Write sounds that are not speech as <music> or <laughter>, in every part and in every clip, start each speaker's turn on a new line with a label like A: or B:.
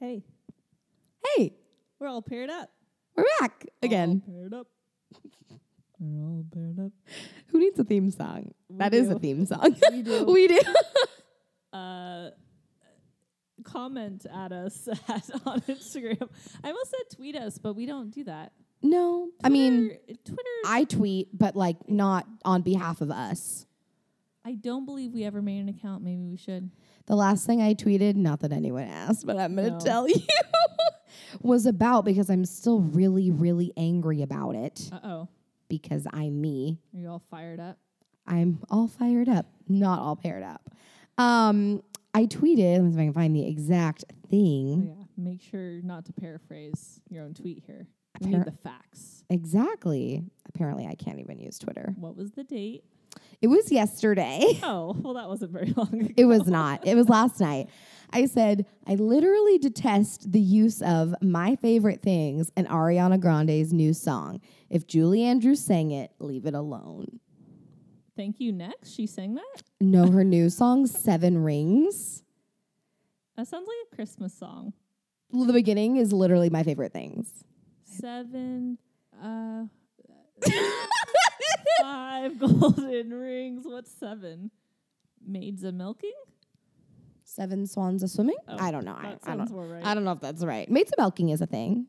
A: Hey,
B: Hey,
A: we're all paired up.
B: we're back again.
A: All paired up. We're all paired up.
B: Who needs a theme song?
A: We
B: That is
A: do.
B: a theme song.
A: We do.
B: <laughs> we do.
A: uh, comment at us <laughs> at, on Instagram. I almost said tweet us, but we don't do that.
B: No, I mean,
A: Twitter- Twitter. I,
B: I tweet, but like not on behalf of us.
A: don't believe we ever made an account. Maybe we should.
B: The last thing I tweeted, not that anyone asked, but I'm going to
A: No.
B: tell you, <laughs> was about because I'm still really, really angry about it
A: Uh oh.
B: because I'm me.
A: Are you all fired up?
B: I'm all fired up, not all paired up. Um, I tweeted, let me see if I can find the exact
A: Oh,
B: thing.
A: yeah. Make sure not to paraphrase your own tweet here. We
B: Appar-
A: need the facts.
B: Exactly. Apparently, I can't even use Twitter.
A: What was the date?
B: It was yesterday. <laughs>
A: Oh, well, that wasn't very <laughs> long ago.
B: It was not. It was last night. I said, I literally detest the use of my favorite things and Ariana Grande's new song. If Julie Andrews sang it, leave it alone.
A: Thank you. Next, she sang that. <laughs>
B: Know her new song, Seven Rings?
A: That sounds like a Christmas song.
B: Well, The beginning is literally my
A: <laughs>
B: favorite things.
A: Seven, uh, five <laughs> golden rings. What's seven? Maids a milking.
B: Seven swans a swimming?
A: Oh,
B: I don't know. I,
A: That
B: I
A: sounds
B: don't
A: more right.
B: I don't know if that's right. Maids of milking is a thing.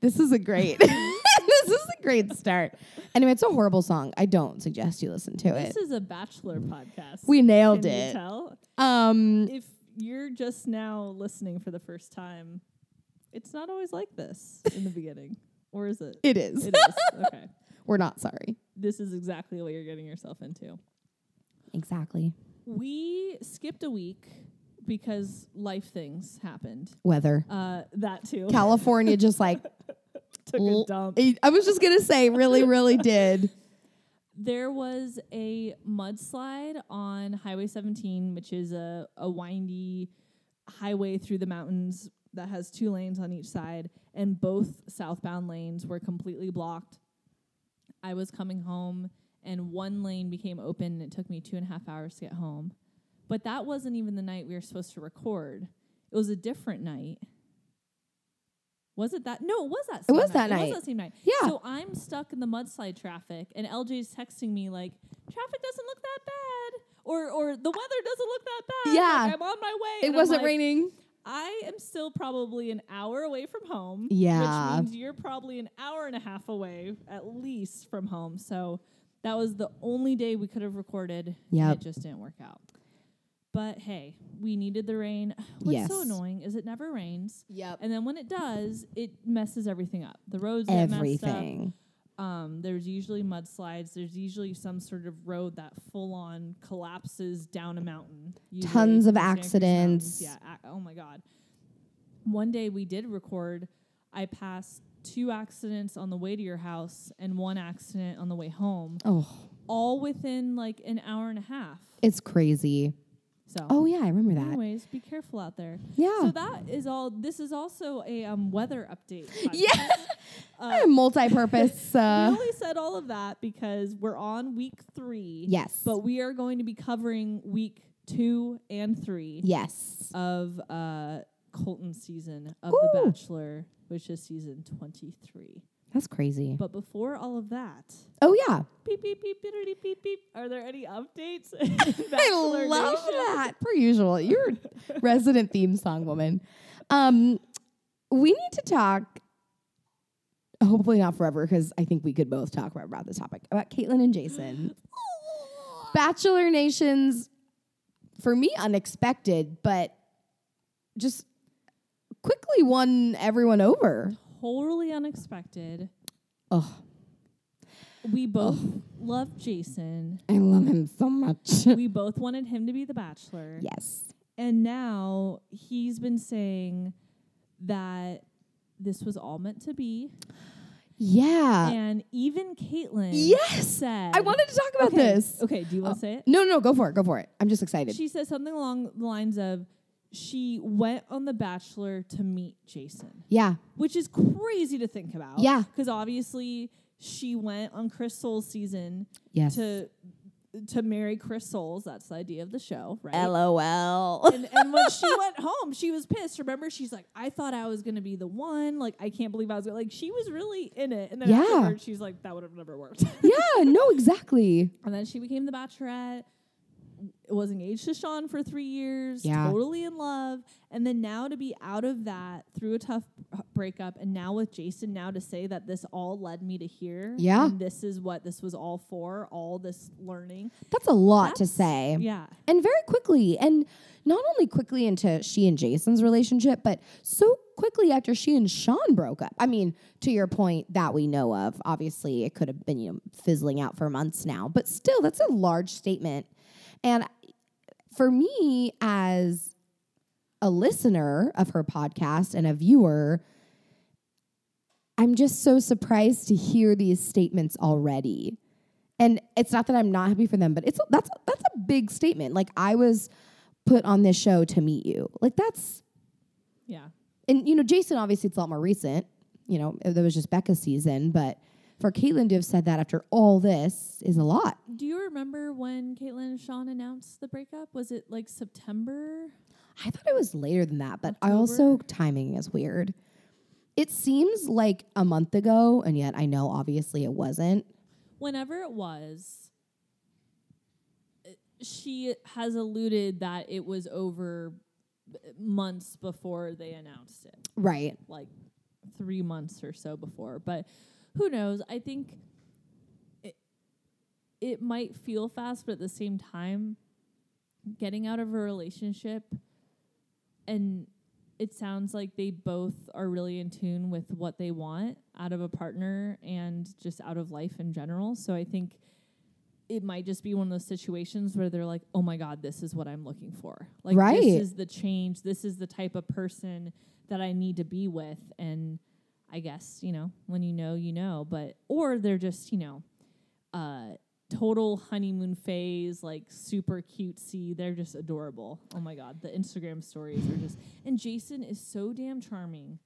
B: This is a great. <laughs> this is a great start. Anyway, it's a horrible song. I don't suggest you listen to it.
A: This is a bachelor podcast.
B: We
A: Can
B: nailed
A: you
B: it.
A: tell?
B: Um,
A: If you're just now listening for the first time, it's not always like this in the beginning, or is
B: <laughs>
A: it?
B: it is.
A: It is. Okay.
B: We're not sorry.
A: This is exactly what you're getting yourself into.
B: Exactly.
A: We skipped a week because life things happened. <laughs>
B: Weather.
A: Uh, that too. <laughs>
B: California just like
A: Took
B: l-
A: a dump.
B: I I was just gonna say, really,
A: <laughs>
B: really did.
A: There was a mudslide on Highway 17, which is a, a windy highway through the mountains that has two lanes on each side, and both southbound lanes were completely blocked. I was coming home, and one lane became open, and it took me two and a half hours to get home. But that wasn't even the night we were supposed to record, it was a different night. Was it that? No, it was that. Same
B: was that
A: It
B: night.
A: was that same night.
B: Yeah.
A: So I'm stuck in the mudslide traffic, and LJ's texting me like, "Traffic doesn't look that bad," or "or the weather doesn't look that bad."
B: Yeah.
A: Like, I'm on my way.
B: It
A: And I'm
B: wasn't
A: like,
B: raining.
A: I am still probably an hour away from home.
B: Yeah.
A: Which means you're probably an hour and a half away at least from home. So that was the only day we could have recorded. Yeah.
B: Yep.
A: It just didn't work out. But hey, we needed the rain. <sighs> What's so
B: Yes.
A: annoying is it never rains.
B: Yep.
A: And then when it does, it messes everything up. The roads get messed up.
B: Everything.
A: Um, there's usually mudslides. There's usually some sort of road that full on collapses down a mountain. Usually
B: Tons of
A: in Santa Cruz Mountains.
B: accidents.
A: Yeah. ac- Oh my God. One day we did record. I passed two accidents on the way to your house and one accident on the way home,
B: Oh,
A: all within like an hour and a half.
B: it's crazy.
A: So,
B: Oh yeah, I remember that.
A: anyways, be careful out there.
B: Yeah.
A: So uh, that is all. This is also a um, weather update.
B: Yeah.
A: podcast. Uh,
B: I'm
A: <laughs>
B: multi-purpose. Uh,
A: we only said all of that because we're on week three.
B: yes.
A: But we are going to be covering week two and three
B: yes.
A: of uh, Colton season of The
B: Ooh.
A: Bachelor, which is season 23.
B: That's crazy.
A: But before all of that,
B: Oh yeah.
A: beep, beep, beep, beep, beep, beep, are there any updates? <laughs>
B: I
A: Bachelor
B: love
A: Nation?
B: that. Per usual, you're a resident theme song woman. Um, we need to talk. Hopefully not forever, because I think we could both talk forever about this topic about Caitlyn and <gasps> Jason, Bachelor Nation's. For me, unexpected, but just quickly won everyone over.
A: Totally unexpected.
B: Oh,
A: We both love Jason.
B: I love him so much.
A: We both wanted him to be the Bachelor.
B: <laughs> yes,
A: And now he's been saying that this was all meant to be.
B: yeah,
A: and even Caitlyn
B: Uh, yes.
A: said
B: I wanted to talk about
A: okay,
B: this. Oh.
A: Okay, do you want to say it?
B: No, no, go for it. Go for it. I'm just excited.
A: She says something along the lines of she went on The Bachelor to meet Jason,
B: yeah.
A: which is crazy to think about.
B: Yeah.
A: Because obviously she went on Crystal's season
B: Yes.
A: to to marry Chris Souls. That's the idea of the show, right?
B: LOL.
A: and, and when she went home, she was pissed. Remember, she's like, "I thought I was gonna be the one. Like, I can't believe I was gonna-" like." She was really in it, and then
B: Yeah.
A: afterwards, she's like, "That would have never worked." <laughs>
B: yeah, no, exactly.
A: and then she became the Bachelorette. Was engaged to Sean for three years,
B: Yeah.
A: totally in love, and then now to be out of that through a tough b- breakup, and now with Jason, now to say that this all led me to here.
B: Yeah.
A: and this is what this was all for, all this learning.
B: That's a lot to
A: That's-
B: say.
A: Yeah,
B: And very quickly, and not only quickly into she and Jason's relationship, but so quickly after she and Sean broke up. I mean, to your point that we know of, obviously it could have been you know, fizzling out for months now, but still, that's a large statement. And for me, as a listener of her podcast and a viewer, I'm just so surprised to hear these statements already and it's not that I'm not happy for them, but it's that's that's a big statement. Like I was put on this show to meet you. Like that's
A: yeah.
B: and you know Jason obviously it's a lot more recent. You know that was just Becca's season, but for Caitlyn to have said that after all this is a lot.
A: Do you remember when Caitlyn and Sean announced the breakup? Was it like September?
B: I thought it was later than that, but I
A: October?
B: also timing is weird. It seems like a month ago, and yet I know obviously it wasn't.
A: Whenever it was, uh, she has alluded that it was over b- months before they announced it,
B: Right.
A: like three months or so before. But who knows? I think it, it might feel fast, but at the same time, getting out of a relationship and it sounds like they both are really in tune with what they want out of a partner and just out of life in general. So I think it might just be one of those situations where they're like, "Oh my god, this is what I'm looking for. Like
B: Right.
A: this is the change. This is the type of person that I need to be with." And I guess, you know, when you know, you know, but or they're just, you know, uh total honeymoon phase, like super cutesy. They're just adorable. Oh my god, the Instagram stories are just. And Jason is so damn charming.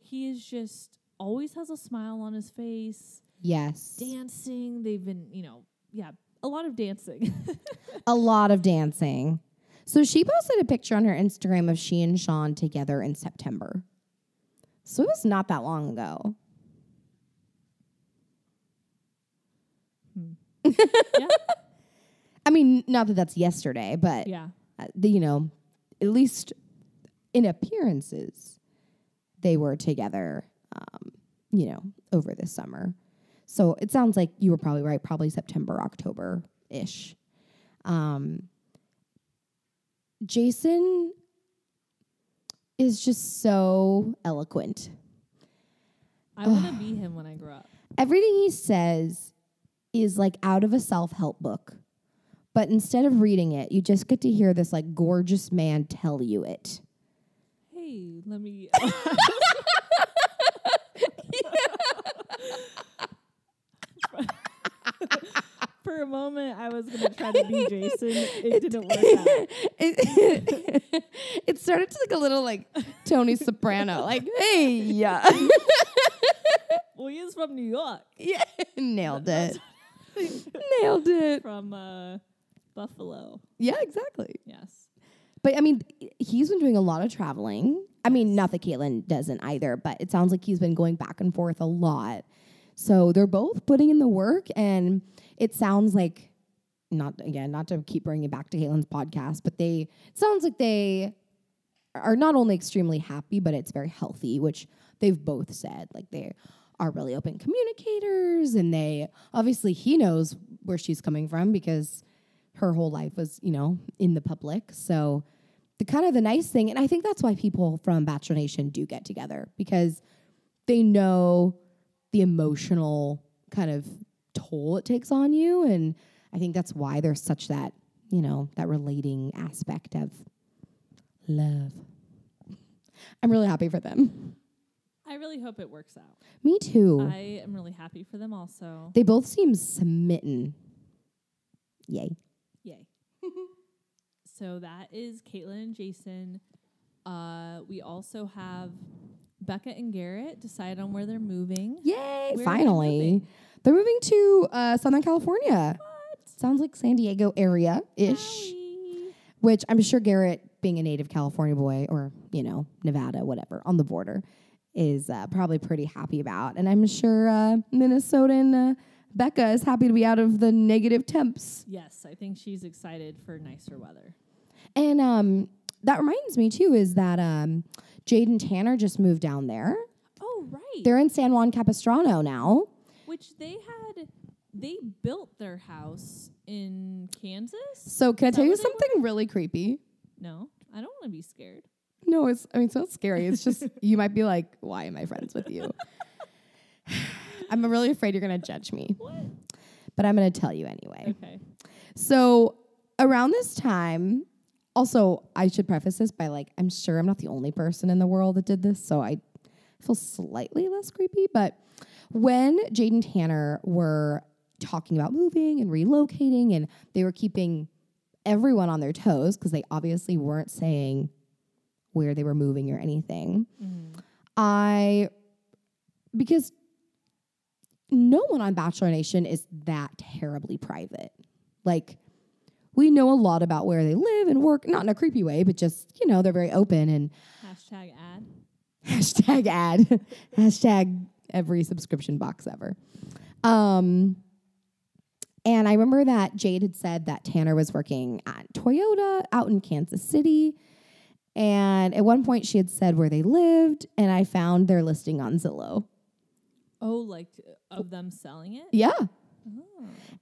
A: He is just always has a smile on his face,
B: Yes.
A: dancing. They've been, you know, yeah, a lot of dancing. <laughs>
B: a lot of dancing. So she posted a picture on her Instagram of she and Sean together in September. So it was not that long ago.
A: yeah,
B: <laughs> I mean, not that that's yesterday, but
A: yeah,
B: uh, the, you know, at least in appearances, they were together. Um, you know, over this summer. So it sounds like you were probably right. Probably September, October ish. Um, Jason is just so eloquent.
A: I want to be him when I grow up.
B: Everything he says is like out of a self help book. But instead of reading it, you just get to hear this like gorgeous man tell you it.
A: Hey, let me. <laughs> For a moment, I was gonna try to be Jason. It didn't work out.
B: it, it started to like a little like Tony Soprano, like, hey, yeah. <laughs>
A: Well, he is from New York,
B: yeah. Nailed it. Nailed it.
A: from uh, Buffalo.
B: Yeah, exactly.
A: Yes.
B: But I mean, he's been doing a lot of traveling. I mean, not that Caitlin doesn't either, but it sounds like he's been going back and forth a lot. So they're both putting in the work, and it sounds like not again, not to keep bringing it back to Caitlin's podcast, but they it sounds like they are not only extremely happy, but it's very healthy, which they've both said. Like they are really open communicators, and they obviously he knows where she's coming from because her whole life was, you know, in the public. So the kind of the nice thing, and I think that's why people from Bachelor Nation do get together because they know the emotional kind of toll it takes on you. And I think that's why there's such that, you know, that relating aspect of love. I'm really happy for them.
A: I really hope it works out.
B: Me too.
A: I am really happy for them also.
B: they both seem smitten. Yay.
A: Yay. <laughs> so that is Caitlin and Jason. Uh, we also have Becca and Garrett decide on where they're moving.
B: Yay!
A: Where are they
B: finally,
A: moving?
B: they're moving to uh, Southern California.
A: What?
B: Sounds like San Diego area ish,
A: Howie.
B: which I'm sure Garrett, being a native California boy or, you know, Nevada, whatever, on the border, is uh, probably pretty happy about. And I'm sure uh, Minnesotan uh, Becca is happy to be out of the negative temps.
A: Yes, I think she's excited for nicer weather.
B: And um, that reminds me, too, is that um, Jade and Tanner just moved down there.
A: Oh, right.
B: They're in San Juan Capistrano now.
A: Which they had, they built their house in Kansas?
B: So, can I
A: that
B: tell you
A: where they
B: something really creepy?
A: No, I don't want to be scared.
B: No, it's I mean it's not scary.
A: <laughs>
B: It's just you might be like, why am I friends with you? <sighs> I'm really afraid you're gonna judge me,
A: What?
B: but I'm gonna tell you anyway.
A: Okay.
B: So around this time, also I should preface this by like I'm sure I'm not the only person in the world that did this, so I feel slightly less creepy. But when Jade and Tanner were talking about moving and relocating, and they were keeping everyone on their toes because they obviously weren't saying where they were moving or anything. I because no one on Bachelor Nation is that terribly private. Like we know a lot about where they live and work, not in a creepy way, but just, you know, they're very open and <laughs>
A: Hashtag ad.
B: hashtag ad, <laughs> hashtag every subscription box ever. Um, and I remember that Jade had said that Tanner was working at Toyota out in Kansas City. And at one point, she had said where they lived, and I found their listing on Zillow.
A: Oh, like uh, of them selling it?
B: Yeah.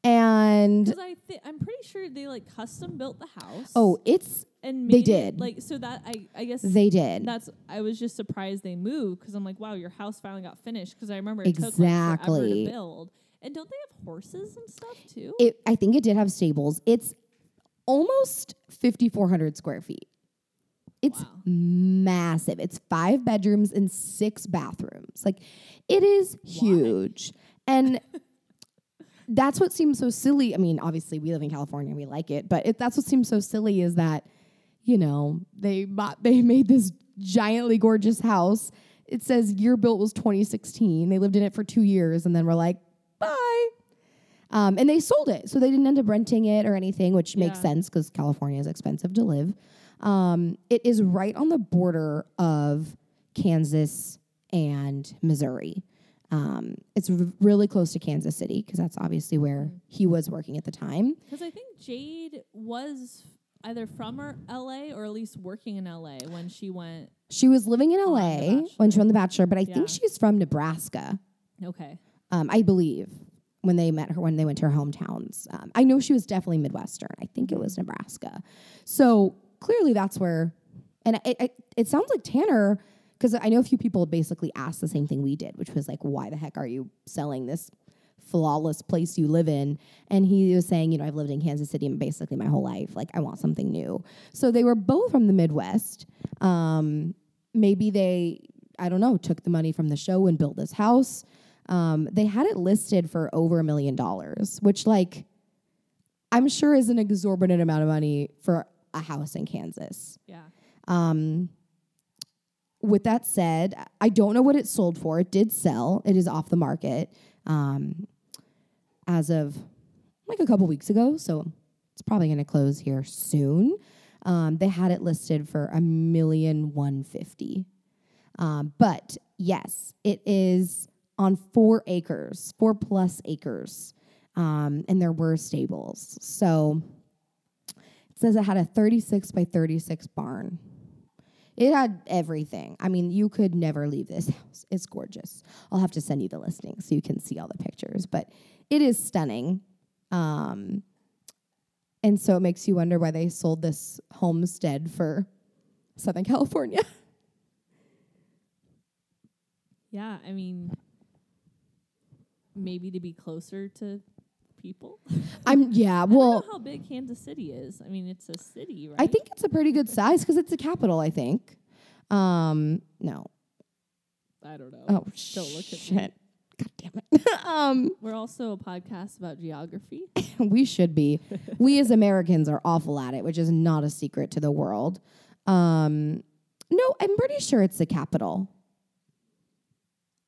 B: And
A: Because I thi- I'm pretty sure they like custom built the house.
B: oh, it's,
A: and
B: they
A: made it,
B: did.
A: Like so that I I guess
B: they did.
A: that's I was just surprised they moved because I'm like wow your house finally got finished because I remember it took like, forever
B: Exactly.
A: to build and don't they have horses and stuff too?
B: It, I think it did have stables. It's almost 5,400 square feet. It's
A: Wow.
B: massive. It's five bedrooms and six bathrooms. Like, it is huge. And that's what seems so silly. I mean, obviously, we live in California and we like it, but it, that's what seems so silly is that, you know, they bought, <laughs> they made this giantly gorgeous house. It says year built was 2016. They lived in it for two years and then were like, bye. Um, and they sold it. So they didn't end up renting it or anything, which makes
A: Yeah.
B: sense because California is expensive to live. Um, it is right on the border of Kansas and Missouri. Um, it's r- really close to Kansas City because that's obviously where
A: Mm-hmm.
B: he was working at the time.
A: Because I think Jade was either from or L.A. or at least working in L.A. when she went.
B: She was living in
A: Oh, The
B: LA
A: Bachelor.
B: when she won The Bachelor, but I
A: Yeah.
B: think she's from Nebraska,
A: Okay,
B: um, I believe. When they met her, when they went to her hometowns, um, I know she was definitely Midwestern. I think it was Nebraska. So clearly, that's where. And it, it, it sounds like Tanner, because I know a few people basically asked the same thing we did, which was like, "Why the heck are you selling this flawless place you live in?" And he was saying, "You know, I've lived in Kansas City basically my whole life. Like, I want something new." So they were both from the Midwest. Um, maybe they, I don't know, took the money from the show and built this house. Um, they had it listed for over a million dollars, which like I'm sure is an exorbitant amount of money for a house in Kansas.
A: yeah.
B: Um, with that said, I don't know what it sold for. It did sell. It is off the market um, as of like a couple weeks ago, so it's probably going to close here soon. Um, they had it listed for a million one fifty, um, but yes, it is on four acres, four plus acres, um, and there were stables. So it says it had a thirty six by thirty six barn. It had everything. I mean, you could never leave this house. It's gorgeous. I'll have to send you the listing so you can see all the pictures, but it is stunning. Um, and so it makes you wonder why they sold this homestead for Southern California. <laughs>
A: Yeah, I mean, maybe to be closer to people.
B: I'm yeah,
A: I
B: well,
A: don't know how big Kansas City is. I mean, it's a city, right?
B: I think it's a pretty good size because it's a capital, I think. Um, no.
A: I don't know.
B: Oh
A: Don't look at
B: shit. God damn it. um
A: We're also a podcast about geography.
B: <laughs> we should be. we as Americans are awful at it, which is not a secret to the world. Um, no, I'm pretty sure it's the capital.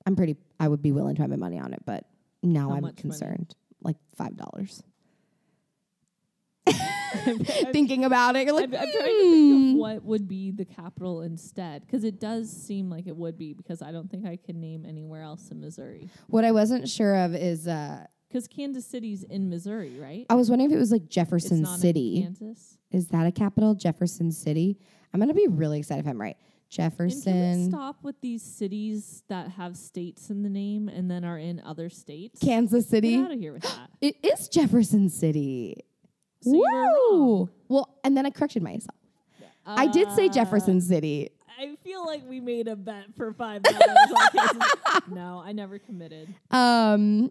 B: I'm pretty. I would be willing to have my money on it, but now
A: How
B: I'm
A: much money? <laughs>
B: concerned. Like five dollars. <laughs> thinking about it. You're like,
A: I'm, I'm trying to think
B: "Hmm."
A: of what would be the capital instead, because it does seem like it would be. Because I don't think I can name anywhere else in Missouri.
B: hmm. What I wasn't sure of is uh,
A: Because Kansas City's in Missouri, right?
B: I was wondering if it was like
A: It's
B: Jefferson
A: not in
B: City.
A: Kansas.
B: Is that a capital? Jefferson City? I'm gonna be really excited if I'm right.
A: And can we
B: Jefferson,
A: stop with these cities that have states in the name and then are in other states?
B: Kansas
A: Get
B: City.
A: out of here with <gasps> that.
B: It is Jefferson City.
A: So you were wrong.
B: Woo! Well, and then I corrected myself. I did say
A: Uh,
B: Jefferson City.
A: I feel like we made a bet for five dollars. on Kansas. <laughs> no, I never committed.
B: Um,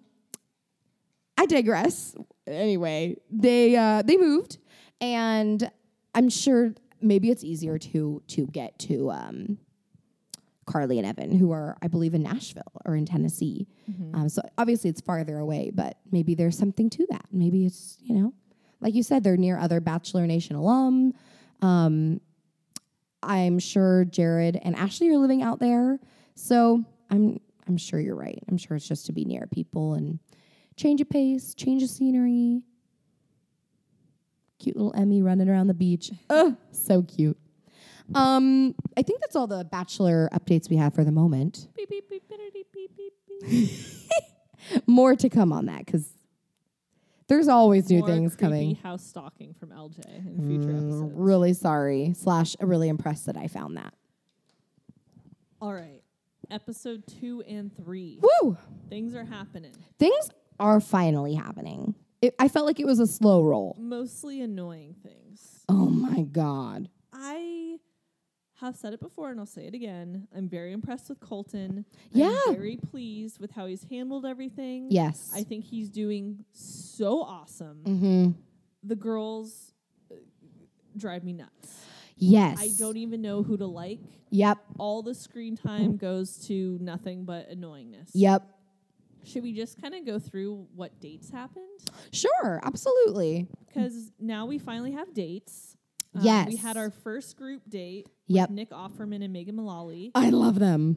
B: I digress. Anyway, they uh, they moved, and I'm sure maybe it's easier to to get to um, Carly and Evan, who are I believe in Nashville or in Tennessee. Um, so obviously it's farther away, but maybe there's something to that. Maybe it's you know, like you said, they're near other Bachelor Nation alum. Um, I'm sure Jared and Ashley are living out there. So I'm I'm sure you're right. I'm sure it's just to be near people and change of pace, change of scenery. Cute little Emmy running around the beach. Ugh, so cute. Um, I think that's all the bachelor updates we have for the moment.
A: Beep beep beep beep beep beep beep.
B: More to come on that because there's always new
A: More
B: things
A: creepy
B: coming.
A: House stalking from LJ in future
B: Mm,
A: episodes.
B: Really sorry, slash really impressed that I found that.
A: All right, episode two and three.
B: Woo!
A: Things are happening.
B: things are finally happening. It, I felt like it was a slow roll.
A: Mostly annoying things.
B: Oh my god.
A: I have said it before and I'll say it again. I'm very impressed with Colton.
B: Yeah.
A: I'm very pleased with how he's handled everything.
B: Yes.
A: I think he's doing so awesome.
B: mm-hmm.
A: The girls uh, drive me nuts.
B: Yes.
A: I don't e even know who to like.
B: Yep.
A: All the screen time goes to nothing but annoyingness.
B: Yep.
A: Should we just kind of go through what dates happened?
B: Sure. Absolutely.
A: Because now we finally have dates. Uh, We
B: Yes.
A: had our first group date
B: Yep. Uh,
A: Nick Offerman and Megan Mullally.
B: I love them.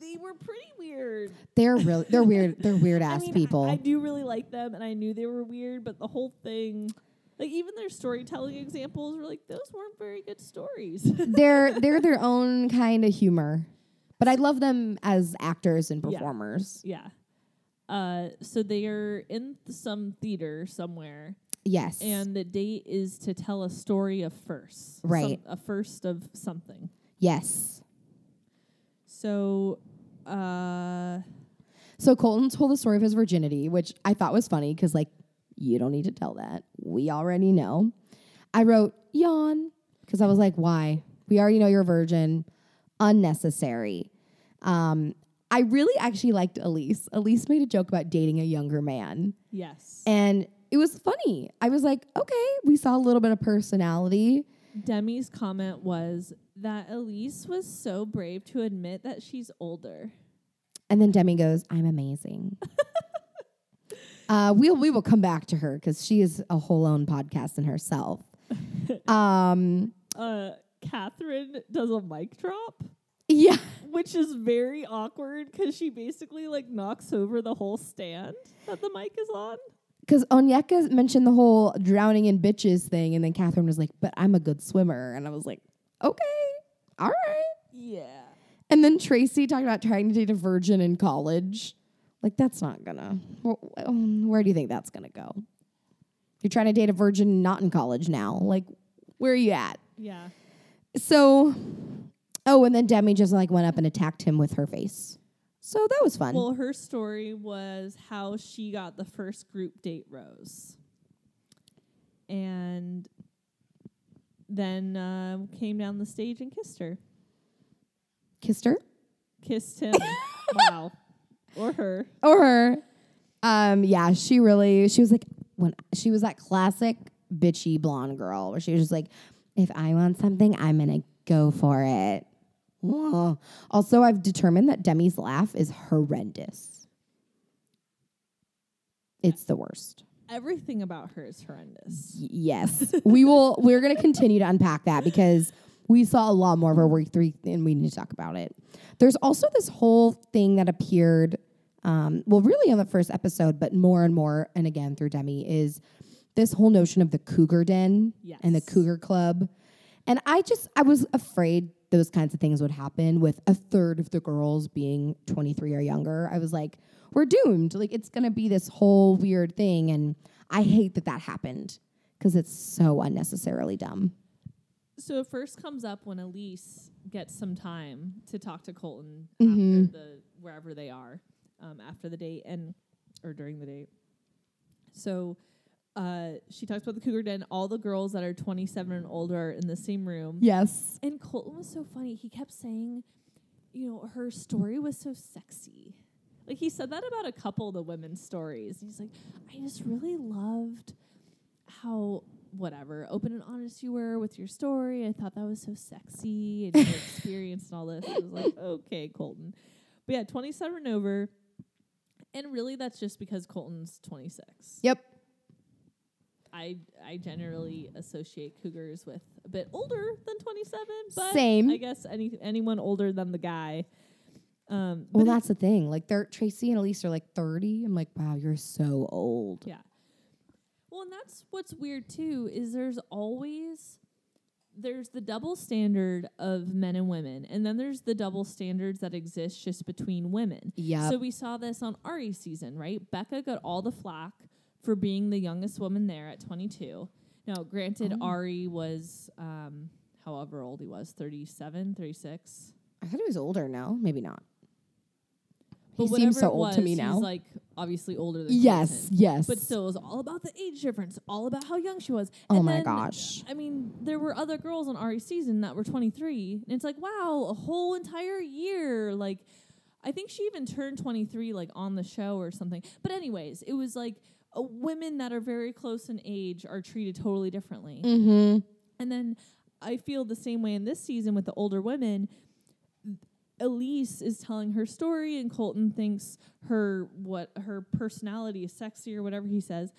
A: they were pretty weird.
B: They're really they're weird. They're weird ass
A: <laughs> I mean, I-
B: people.
A: I, do really like them, and I knew they were weird, but the whole thing, like even their storytelling examples, were like those weren't very good stories. <laughs>
B: they're they're their own kind of humor. But I love them as actors and
A: Yeah.
B: performers.
A: yeah. Uh, so they are in th- some theater somewhere,
B: Yes.
A: and the date is to tell a story of first,
B: Right.
A: a first of something.
B: yes.
A: So, uh,
B: So Colton told the story of his virginity, which I thought was funny because, like, you don't need to tell that. We already know. I wrote yawn because I was like, why? We already know you're a virgin. Unnecessary. Um, I really actually liked Elise. Elise made a joke about dating a younger man,
A: yes,
B: and it was funny. I was like, okay, we saw a little bit of personality.
A: Demi's comment was that Elise was so brave to admit that she's older.
B: And then Demi goes, I'm amazing. uh, we'll, we will come back to her because she is a whole own podcast in herself. um,
A: uh, Catherine does a mic drop,
B: yeah.
A: which is very awkward because she basically like knocks over the whole stand that the mic is on.
B: Because Onyeka mentioned the whole drowning in bitches thing. And then Catherine was like, but I'm a good swimmer. And I was like, okay, all right.
A: Yeah.
B: And then Tracy talked about trying to date a virgin in college. Like, that's not gonna, wh- um, where do you think that's gonna go? You're trying to date a virgin not in college now. Like, where are you at?
A: Yeah.
B: So, oh, and then Demi just like went up and attacked him with her face. So that was fun.
A: Well, her story was how she got the first group date rose. And then uh, came down the stage and kissed her.
B: Kissed her
A: Kissed <laughs> him. wow. Or her.
B: or her. Um, yeah, she really. She was like when she was that classic bitchy blonde girl where she was just like, if I want something, I'm gonna go for it. Ugh. Also, I've determined that Demi's laugh is horrendous. It's the worst.
A: Everything about her is horrendous.
B: Y- Yes, <laughs> we will. We're going to continue to unpack that because we saw a lot more of her week three, and we need to talk about it. There's also this whole thing that appeared, um, well, really on the first episode, but more and more, and again through Demi is this whole notion of the cougar den and the
A: Yes.
B: cougar club. And I just, I was afraid those kinds of things would happen with a third of the girls being 23 or younger. I was like, we're doomed. Like, it's going to be this whole weird thing. And I hate that that happened because it's so unnecessarily dumb.
A: So it first comes up when Elise gets some time to talk to Colton
B: Mhm.
A: after the wherever they are um, after the date and or during the date. So uh, she talks about the cougar den. All the girls that are 27 and older are in the same room.
B: Yes.
A: And Colton was so funny. He kept saying, you know, her story was so sexy. Like he said that about a couple of the women's stories. He's like, I just really loved how whatever open and honest you were with your story. I thought that was so sexy and your experience and all this. I was like, okay, Colton. But yeah, 27 and over. And really that's just because Colton's 26.
B: Yep.
A: I I generally associate cougars with a bit older than 27, but
B: Same.
A: I guess any anyone older than the guy. Um,
B: Well,
A: but it-
B: that's the thing. Like, they're, Tracy and Elise are like 30. I'm like, wow, you're so old.
A: <laughs> yeah. Well, and that's what's weird too is there's always there's the double standard of men and women, and then there's the double standards that exist just between women.
B: Yeah.
A: So we saw this on Ari's season, right? Becca got all the flack for being the youngest woman there at 22. Now, granted,
B: Oh.
A: Ari was um, however old he was 37, 36.
B: I thought he was older now. Maybe not.
A: But
B: He seems
A: whatever
B: so
A: it
B: old to
A: was,
B: me
A: he's,
B: now.
A: like obviously older than
B: Yes,
A: Colton.
B: yes.
A: But still, it was all about the age difference, all about how young she was.
B: Oh
A: And
B: my
A: then,
B: gosh.
A: I mean, there were other girls on Ari's season that were 23, and it's like, wow, a whole entire year. Like, I think she even turned 23 like on the show or something. But anyways, it was like uh, women that are very close in age are treated totally differently.
B: Mm-hmm.
A: And then I feel the same way in this season with the older women. Elise is telling her story, and Colton thinks her what her personality is sexy or whatever he says.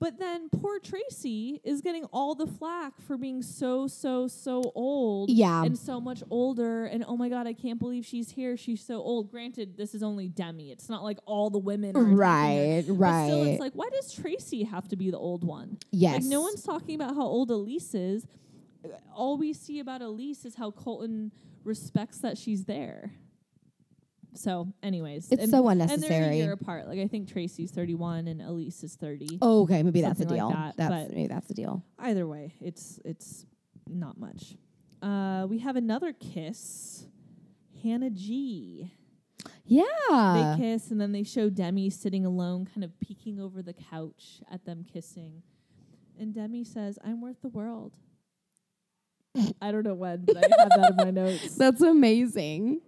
A: But then poor Tracy is getting all the flack for being so so so old,
B: Yeah.
A: and so much older. And oh my god, I can't believe she's here. She's so old. Granted, this is only Demi. It's not like all the women, are attacking her.
B: Right,
A: But still,
B: right.
A: it's like why does Tracy have to be the old one?
B: Yes.
A: Like no one's talking about how old Elise is. All we see about Elise is how Colton respects that she's there. So, anyways,
B: It's
A: and,
B: so
A: And they're a
B: unnecessary.
A: year apart. Like I think Tracy's thirty-one and Elise is thirty.
B: Oh, okay. Maybe that's the
A: Something
B: deal.
A: like that,
B: that's
A: but-
B: maybe that's the deal.
A: Either way, it's it's not much. Uh, we have another kiss. Hannah G.
B: Yeah. Ah, Uh,
A: they kiss and then they show Demi sitting alone, kind of peeking over the couch at them kissing. And Demi says, I'm worth the world.
B: <laughs>
A: I don't know when, but I have that in my
B: <laughs>
A: notes.
B: That's amazing.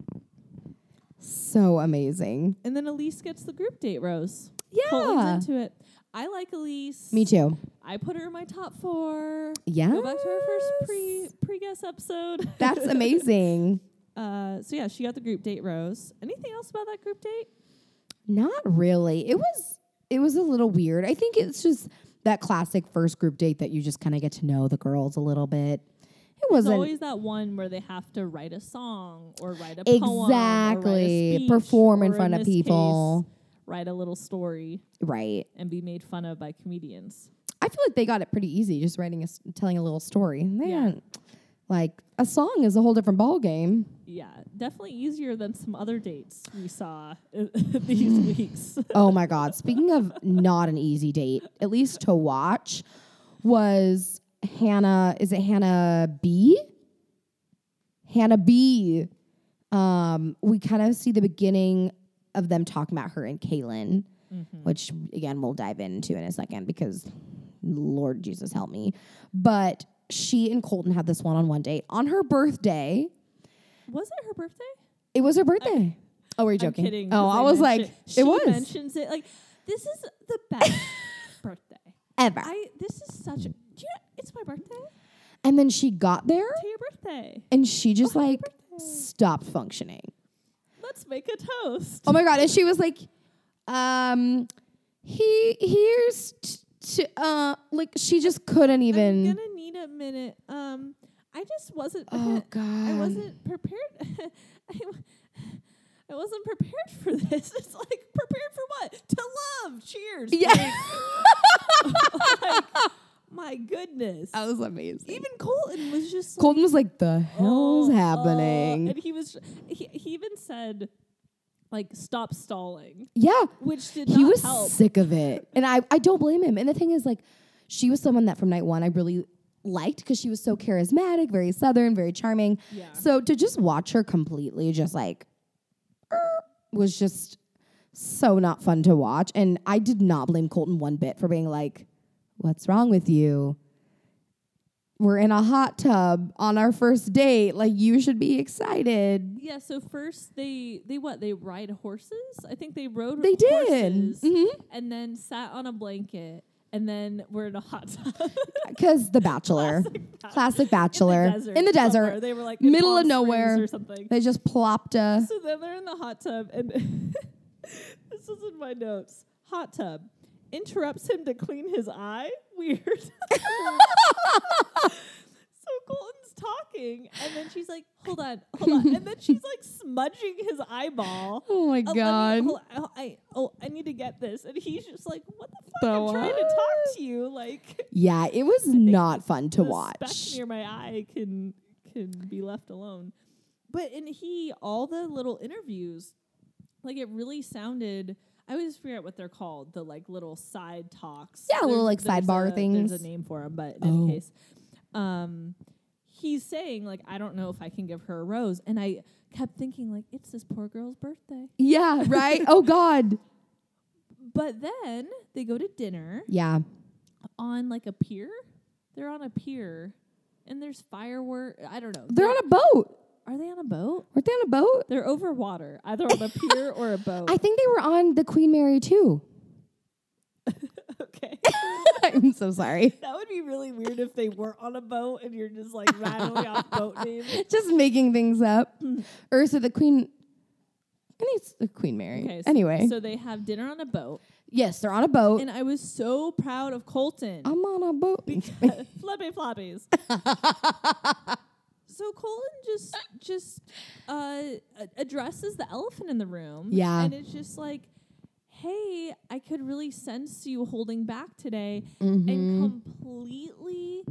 B: So amazing.
A: And then Elise gets the group date rose.
B: Yeah.
A: Colton's into it. I like Elise.
B: Me too.
A: I put her in my top four.
B: Yeah.
A: Go back to our first pre pre guess episode.
B: <laughs> That's amazing.
A: <laughs> uh, so yeah, she got the group date rose. Anything else about that group date?
B: Not really. It was it was a little weird. I think it's just that classic first group date that you just kind of get to know the girls a little bit. It
A: There's
B: wasn't
A: always that one where they have to write a song or write a poem, or write a
B: exactly
A: speech,
B: perform in
A: or
B: front of
A: this case,
B: people.
A: write a little story
B: right.
A: and be made fun of by comedians.
B: I feel like they got it pretty easy, just writing a s- telling a little story. They
A: Yeah.
B: didn't like a song is a whole different ball game.
A: Yeah, definitely easier than some other dates we saw uh, <laughs>
B: <laughs>
A: these weeks.
B: oh my god! Speaking of not an easy date, at least to watch, was Hannah. Is it Hannah B? Hannah B. Um, we kind of see the beginning of them talking about her and Caitlyn,
A: Mm-hmm.
B: which again we'll dive into in a second because Lord Jesus help me. But she and Colton had this one-on-one date on her birthday.
A: Was it her birthday?
B: It was her birthday. oh, were you
A: I'm
B: joking?
A: kidding.
B: oh,
A: 'cause
B: I was
A: mentioned-
B: like,
A: she
B: it was
A: mentions it like this is the
B: <laughs>
A: best birthday.
B: ever.
A: I this is such. A, do you know, it's my birthday.
B: and then she got there.
A: To your birthday,
B: and she just
A: Oh,
B: like stopped functioning.
A: let's make a toast.
B: Oh my god! And she was like, um, he here's t- t- uh, like she just couldn't
A: I'm
B: even.
A: gonna need a minute. Um, I just wasn't.
B: Oh
A: <laughs>
B: god!
A: I wasn't prepared. <laughs> I, w- I wasn't prepared for this. <laughs> It's like prepared for what? To love. Cheers.
B: Yeah.
A: <laughs> Like, my goodness.
B: That was amazing.
A: Even Colton was just
B: Colton was like, "The
A: like,
B: hell's
A: "Oh, uh,"
B: happening?"
A: and he was he, he even said like stop stalling,
B: yeah,
A: which did
B: he
A: not
B: was
A: help.
B: sick of it, and I I don't blame him. And the thing is, like, she was someone that from night one I really liked because she was so charismatic, very southern, very charming.
A: Yeah.
B: So to just watch her completely, just like, <clears throat> er, was just so not fun to watch. And I did not blame Colton one bit for being like, "What's wrong with you?" We're in a hot tub on our first date. Like you should be excited.
A: Yeah, so first they they what they ride horses. I think they rode.
B: They did.
A: horses
B: Mhm.
A: and then sat on a blanket, and then we're in a hot tub. <laughs>
B: Because The Bachelor, classic Bachelor,
A: in the desert.
B: in the
A: somewhere.
B: desert,
A: they were like in
B: middle
A: Palm
B: of nowhere.
A: Springs or something.
B: they just plopped a.
A: <laughs> So then they're in the hot tub, and <laughs> this is in my notes. Hot tub interrupts him to clean his eye. Weird.
B: <laughs>
A: so Colton's talking, and then she's like, "Hold on,
B: <laughs>
A: hold on," and then she's like smudging his eyeball.
B: Oh my
A: Oh, let me-
B: god!
A: hold on, oh, I oh I need to get this, and he's just like, "What the fuck?
B: The
A: I'm trying
B: uh,
A: to talk to you. Like
B: yeah, it was not fun <laughs> to
A: the
B: watch.
A: speck near my eye can can be left alone." But and he all the little interviews, like it really sounded. I always forget what they're called. The like little side talks.
B: Yeah, little, like, sidebar
A: a, There's
B: things.
A: a name for them, but in
B: Oh.
A: any case, um, he's saying like, "I don't know if I can give her a rose," and I kept thinking like, "It's this poor girl's birthday."
B: Yeah, right. oh god.
A: But then they go to dinner
B: Yeah,
A: on like a pier. They're on a pier, and there's firework. I don't know.
B: they're on a boat.
A: Are they on a boat?
B: Weren't they on a boat?
A: They're over water, either on a pier or a boat.
B: I think they were on the Queen Mary too.
A: <laughs> okay,
B: <laughs> I'm so sorry.
A: <laughs> that would be really weird if they were on a boat and you're just like rattling <laughs> off boat names.
B: Just making things up.
A: Hmm.
B: Ursa, the Queen. I think it's the Queen Mary.
A: Okay. So,
B: anyway,
A: so they have dinner on a boat,
B: yes, they're on a boat.
A: and I was so proud of Colton.
B: I'm on a boat.
A: Flippy floppies. so Colin just just uh, a- addresses the elephant in the room.
B: Yeah.
A: and it's just like, hey, I could really sense you holding back today,
B: Mm-hmm.
A: and completely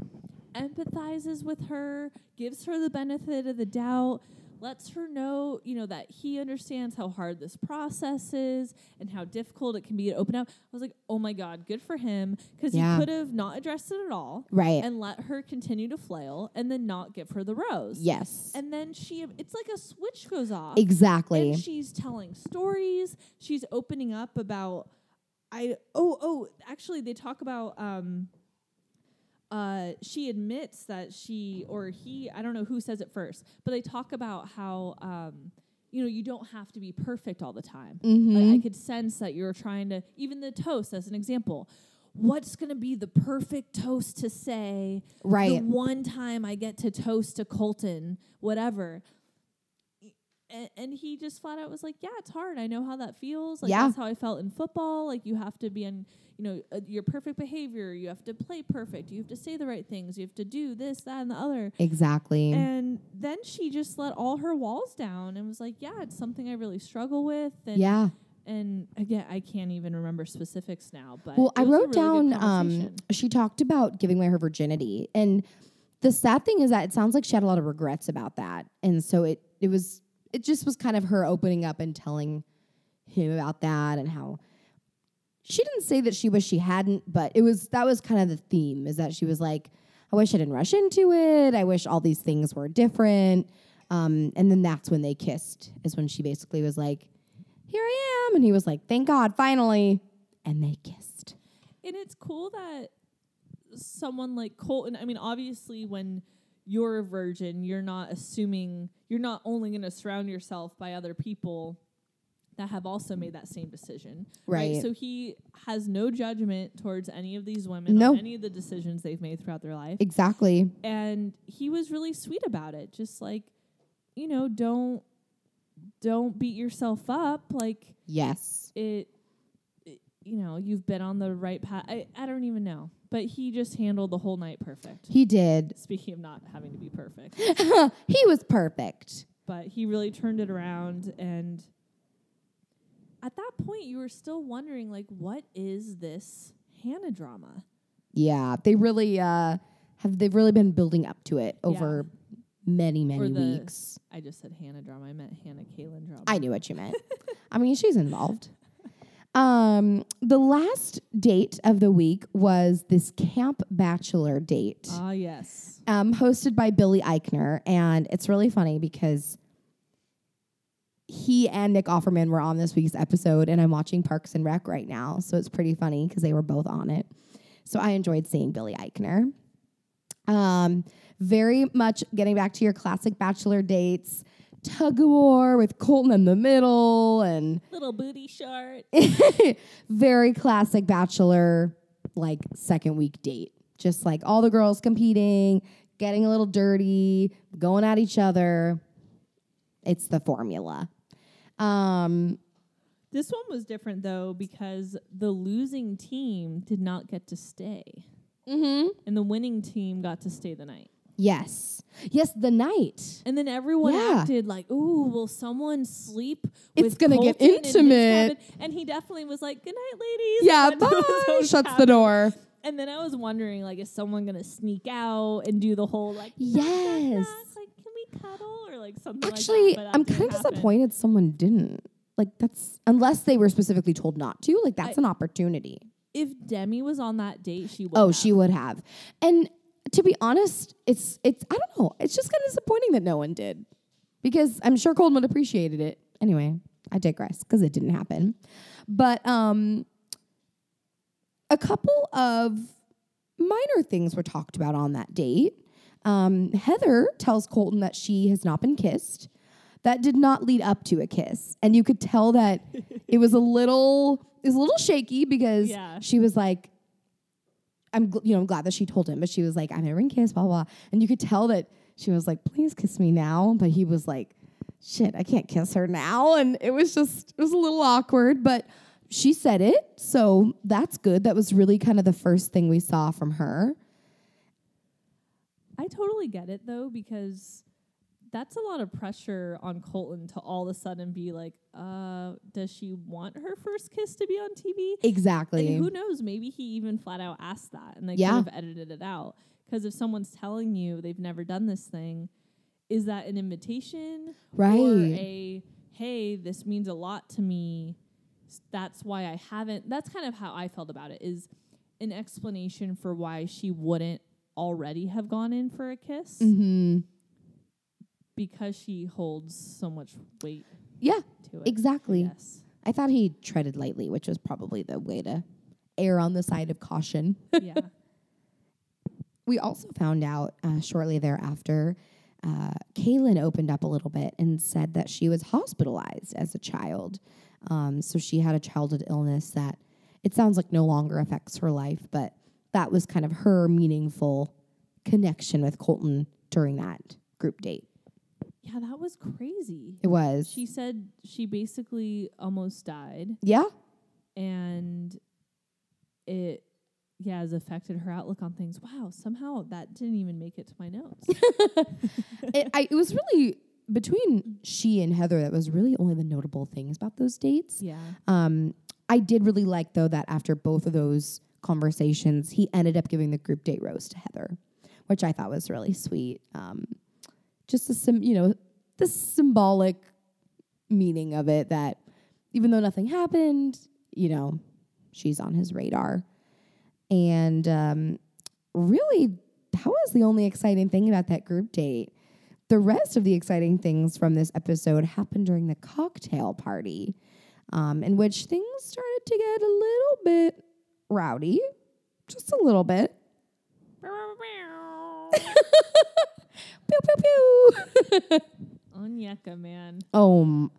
A: empathizes with her, gives her the benefit of the doubt. Lets her know, you know, that he understands how hard this process is and how difficult it can be to open up. I was like, oh my God, good for him. Because
B: Yeah.
A: he could have not addressed it at all
B: right.
A: and let her continue to flail and then not give her the rose.
B: yes.
A: And then she, it's like a switch goes off.
B: exactly.
A: And she's telling stories. She's opening up about, I, oh, oh, actually, they talk about, um, uh, she admits that she or he, I don't know who says it first, but they talk about how, um, you know, you don't have to be perfect all the time.
B: Mhm.
A: Like I could sense that you're trying to, even the toast as an example. What's going to be the perfect toast to say?
B: right.
A: The one time I get to toast to Colton, whatever. And, and he just flat out was like, "Yeah, it's hard. I know how that feels. Like
B: Yeah.
A: that's how I felt in football. Like you have to be in, you know, uh, your perfect behavior. You have to play perfect. You have to say the right things. You have to do this, that, and the other."
B: Exactly.
A: And then she just let all her walls down and was like, "Yeah, it's something I really struggle with." And
B: yeah.
A: and again, I can't even remember specifics now. But
B: Well, I
A: it was a
B: wrote
A: really good
B: down um
A: conversation.
B: she talked about giving away her virginity and the sad thing is that it sounds like she had a lot of regrets about that. And so it it was it just was kind of her opening up and telling him about that and how she didn't say that she wished she hadn't, but it was that was kind of the theme is that she was like, I wish I didn't rush into it. I wish all these things were different. Um, and then that's when they kissed, is when she basically was like, Here I am. And he was like, Thank God, finally. And they kissed.
A: And it's cool that someone like Colton, I mean, obviously, when you're a virgin, you're not assuming, you're not only going to surround yourself by other people that have also made that same decision.
B: Right.
A: So he has no judgment towards any of these women,
B: No.
A: or any of the decisions they've made throughout their life.
B: Exactly.
A: and he was really sweet about it just like you know don't don't beat yourself up like
B: Yes.
A: it, it- you know you've been on the right path I, I don't even know but he just handled the whole night perfect <laughs>
B: He did.
A: speaking of not having to be <laughs> perfect
B: <laughs> he was perfect.
A: but he really turned it around and at that point you were still wondering like what is this hannah drama
B: Yeah, they really uh, have. They've really been building up to it over many, many
A: the-
B: weeks.
A: I just said Hannah drama. I meant Hannah Kalen drama.
B: I knew what you meant. I mean, she's involved. Um, the last date of the week was this camp bachelor date,
A: ah yes.
B: um, hosted by Billy Eichner, and it's really funny because he and Nick Offerman were on this week's episode, and I'm watching Parks and Rec right now, so it's pretty funny because they were both on it. So I enjoyed seeing Billy Eichner. Um, very much getting back to your classic bachelor dates, tug of war with Colton in the middle, and
A: <laughs> Little booty short.
B: very classic bachelor like second week date. Just like all the girls competing, getting a little dirty, going at each other. It's the formula. Um,
A: <laughs> This one was different though because the losing team did not get to stay, and the winning team got to stay the night.
B: Yes. Yes, the night.
A: And then everyone
B: Yeah.
A: acted like, "Ooh, will someone sleep?"
B: It's
A: with
B: gonna get
A: Colton in his
B: intimate."
A: cabin?" And he definitely was like, "Good night, ladies." <laughs>
B: Yeah,
A: and went to his
B: <laughs> bye.
A: own
B: Shuts the
A: cabin.
B: door.
A: And then I was wondering, like, is someone gonna sneak out and do the whole like, knock, knock,
B: Yes.
A: knock, like, can we cuddle or like something?
B: Actually,
A: like that, Oh but that
B: I'm
A: didn't
B: kind of
A: happen.
B: disappointed someone didn't. Like that's unless they were specifically told not to, like that's an opportunity.
A: If Demi was on that date, she would.
B: Oh,
A: have.
B: she would have. And to be honest, it's it's I don't know. It's just kind of disappointing that no one did. Because I'm sure Coleman appreciated it. Anyway, I digress because it didn't happen. But um a couple of minor things were talked about on that date. Um, Heather tells Colton that she has not been kissed. That did not lead up to a kiss, and you could tell that it was a little it was a little shaky because
A: Yeah.
B: she was like, "I'm gl- you know I'm glad that she told him," but she was like, "I've never been kissed," blah blah, blah. and you could tell that she was like, "Please kiss me now," but he was like, "Shit, I can't kiss her now," and it was just it was a little awkward, but. She said it, so that's good. That was really kind of the first thing we saw from her.
A: I totally get it though because that's a lot of pressure on Colton to all of a sudden be like, uh, does she want her first kiss to be on TV?
B: Exactly.
A: And who knows? Maybe he even flat out asked that, and they
B: Yeah.
A: could have edited it out. Because if someone's telling you they've never done this thing, is that an invitation or
B: Right.
A: a hey, this means a lot to me? s- That's why I haven't. That's kind of how I felt about it. Is an explanation for why she wouldn't already have gone in for a kiss
B: hmm
A: because she holds so much weight
B: Yeah,
A: to it.
B: exactly.
A: Yes.
B: I thought he treaded lightly, which was probably the way to err on the side of caution.
A: yeah. <laughs>
B: we also found out uh, shortly thereafter, uh, Kaylin opened up a little bit and said that she was hospitalized as a child. Um, so she had a childhood illness that it sounds like no longer affects her life, but that was kind of her meaningful connection with Colton during that group date.
A: Yeah, that was crazy.
B: It was.
A: She said she basically almost died
B: yeah.
A: and it yeah, has affected her outlook on things. Wow, somehow that didn't even make it to my notes.
B: it, I, it was really between she and Heather that was really only the notable things about those dates.
A: yeah.
B: Um, I did really like though that after both of those conversations, he ended up giving the group date rose to Heather, which I thought was really sweet. Um, just the sim, you know, the symbolic meaning of it that even though nothing happened, you know, she's on his radar, and um, really that was the only exciting thing about that group date. The rest of the exciting things from this episode happened during the cocktail party um, in which things started to get a little bit rowdy, just a little bit. Pew pew <laughs> pew.
A: Onyeka, man.
B: um,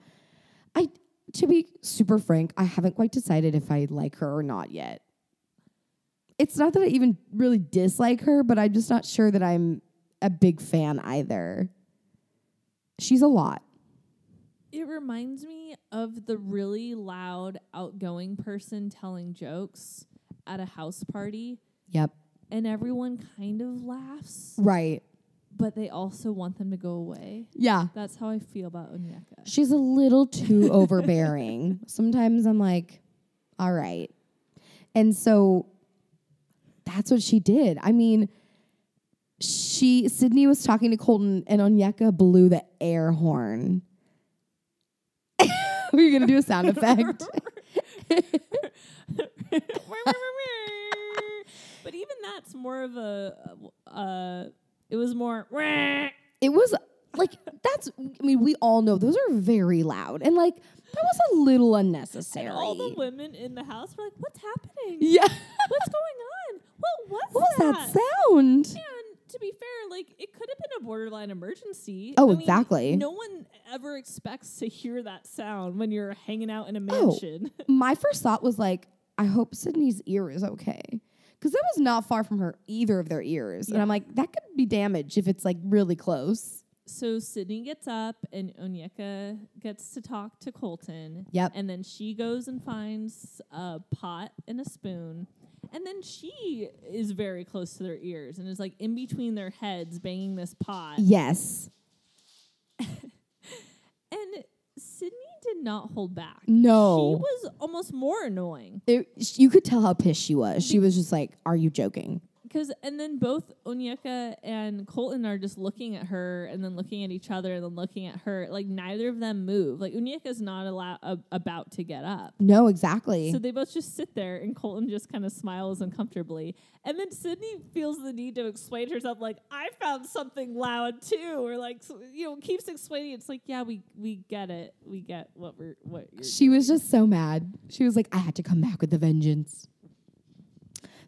B: I to be super frank, I haven't quite decided if I like her or not yet. It's not that I even really dislike her, but I'm just not sure that I'm a big fan either. She's a lot.
A: It reminds me of the really loud, outgoing person telling jokes at a house party,
B: Yep.
A: and everyone kind of laughs,
B: Right.
A: but they also want them to go away.
B: Yeah.
A: That's how I feel about Onyeka.
B: She's a
A: <laughs>
B: little too overbearing. Sometimes I'm like, all right. And so that's what she did. I mean, she Sydney was talking to Colton and Onyeka blew the air horn. <laughs> We're gonna do a sound effect.
A: <laughs> but even that's more of a uh, it was more yeah
B: It was like that's I mean, we all know those are very loud. And like that was a little unnecessary.
A: and all the women in the house were like what's happening
B: yeah. <laughs>
A: what's going on what was
B: What was
A: that,
B: that sound?
A: and to be fair like it could have been a borderline emergency
B: Oh,
A: I mean,
B: exactly.
A: no one ever expects to hear that sound when you're hanging out in a
B: Oh.
A: mansion
B: my first thought was like, I hope Sydney's ear is okay. Because that was not far from her, either of their ears. And I'm like, that could be damaged if it's like really close.
A: so Sydney gets up and Onyeka gets to talk to Colton.
B: Yep.
A: And then she goes and finds a pot and a spoon. And then she is very close to their ears and is like in between their heads banging this pot.
B: Yes.
A: And Sydney did not hold back.
B: No.
A: She was almost more annoying.
B: It, sh- you could tell how pissed she was. She was just like, Are you joking?
A: Cause and then both Onyeka and Colton are just looking at her and then looking at each other and then looking at her. Like neither of them move. Like Onyeka's not allow- a- about to get up.
B: No, exactly.
A: So they both just sit there, and Colton just kind of smiles uncomfortably. And then Sydney feels the need to explain herself, like, I found something loud too, or like, s- you know, keeps explaining. It's like, yeah, we we get it, we get what we're what you're.
B: she was just so mad. She was like, I had to come back with a vengeance.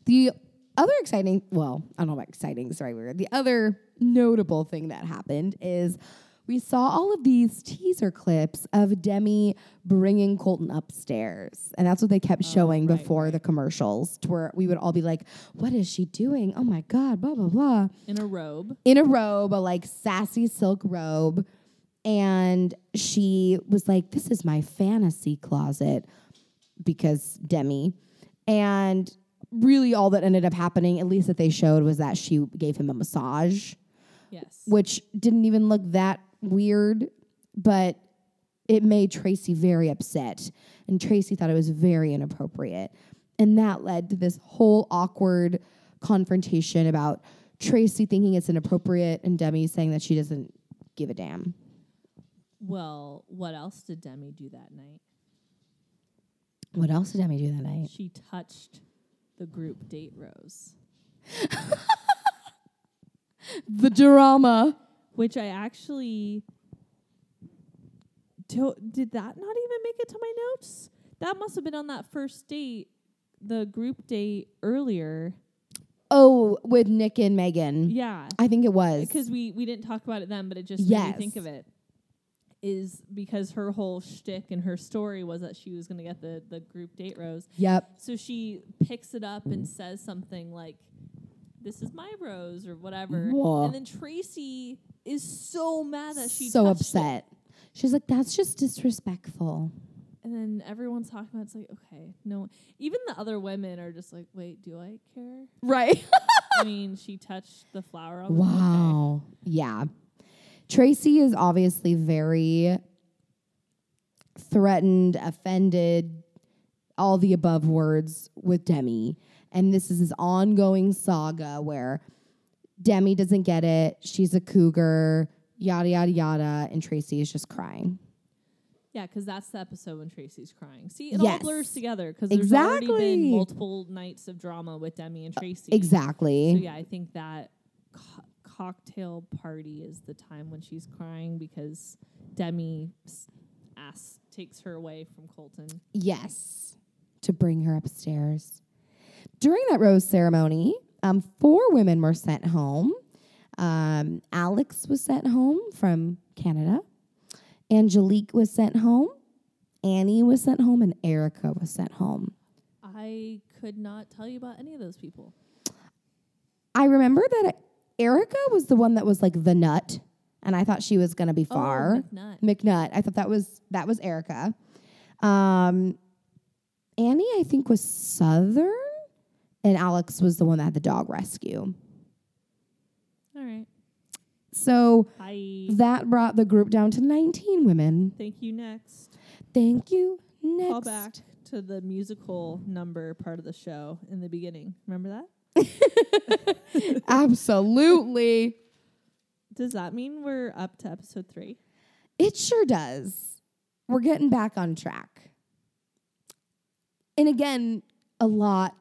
B: The other exciting, well, I don't know about exciting, sorry, weird. The other notable thing that happened is we saw all of these teaser clips of Demi bringing Colton upstairs. And that's what they kept showing
A: Oh, right,
B: before the commercials, to where we would all be like, What is she doing? Oh my God, blah, blah, blah
A: in a robe.
B: in a robe, a like sassy silk robe. And she was like, This is my fantasy closet because Demi. And really, all that ended up happening, at least that they showed, was that she gave him a massage,
A: Yes.
B: which didn't even look that weird, but it made Tracy very upset. And Tracy thought it was very inappropriate. And that led to this whole awkward confrontation about Tracy thinking it's inappropriate and Demi saying that she doesn't give a damn.
A: well, what else did Demi do that night?
B: What else did Demi do that night?
A: She touched the group date rose,
B: The drama.
A: which I actually. To- did that not even make it to my notes? That must have been on that first date, the group date earlier.
B: Oh, with Nick and Megan.
A: Yeah,
B: I think it was.
A: because we we didn't talk about it then, but it just made
B: Yes.
A: me think of it. Is because her whole shtick and her story was that she was going to get the the group date rose.
B: Yep.
A: So she picks it up and says something like, "This is my rose" or whatever.
B: Whoa.
A: And then Tracy is so mad that she
B: so
A: touched it.
B: upset. She's like, that's just disrespectful.
A: And then everyone's talking about it. it's like, okay, no. Even the other women are just like, wait, do I care?
B: Right. <laughs>
A: I mean, she touched the flower on the okay.
B: Wow. Yeah. Tracy is obviously very threatened, offended, all the above words with Demi. And this is this ongoing saga where Demi doesn't get it. She's a cougar, yada, yada, yada. And Tracy is just crying.
A: Yeah, because that's the episode when Tracy's crying. See, it all
B: Yes.
A: blurs together because there's already been
B: Exactly. Uh,
A: multiple nights of drama with Demi and Tracy.
B: Exactly.
A: So yeah, I think that co- cocktail party is the time when she's crying because Demi s- ass takes her away from Colton.
B: Yes, to bring her upstairs. During that rose ceremony, um, four women were sent home. Um, Alex was sent home from Canada. Angelique was sent home. Annie was sent home, and Erica was sent home.
A: I could not tell you about any of those people.
B: I remember that Erica was the one that was like the nut, and I thought she was gonna be far.
A: Oh, McNutt.
B: McNutt. I thought that was that was Erica. Um, Annie, I think, was Southern, and Alex was the one that had the dog rescue.
A: All right.
B: So
A: Bye.
B: that brought the group down to 19 women.
A: Thank you. Next.
B: Thank you.
A: <laughs>
B: Next.
A: Call back to the musical number part of the show in the beginning. Remember that?
B: <laughs> Absolutely.
A: Does that mean we're up to episode three?
B: It sure does. We're getting back on track. And again, a lot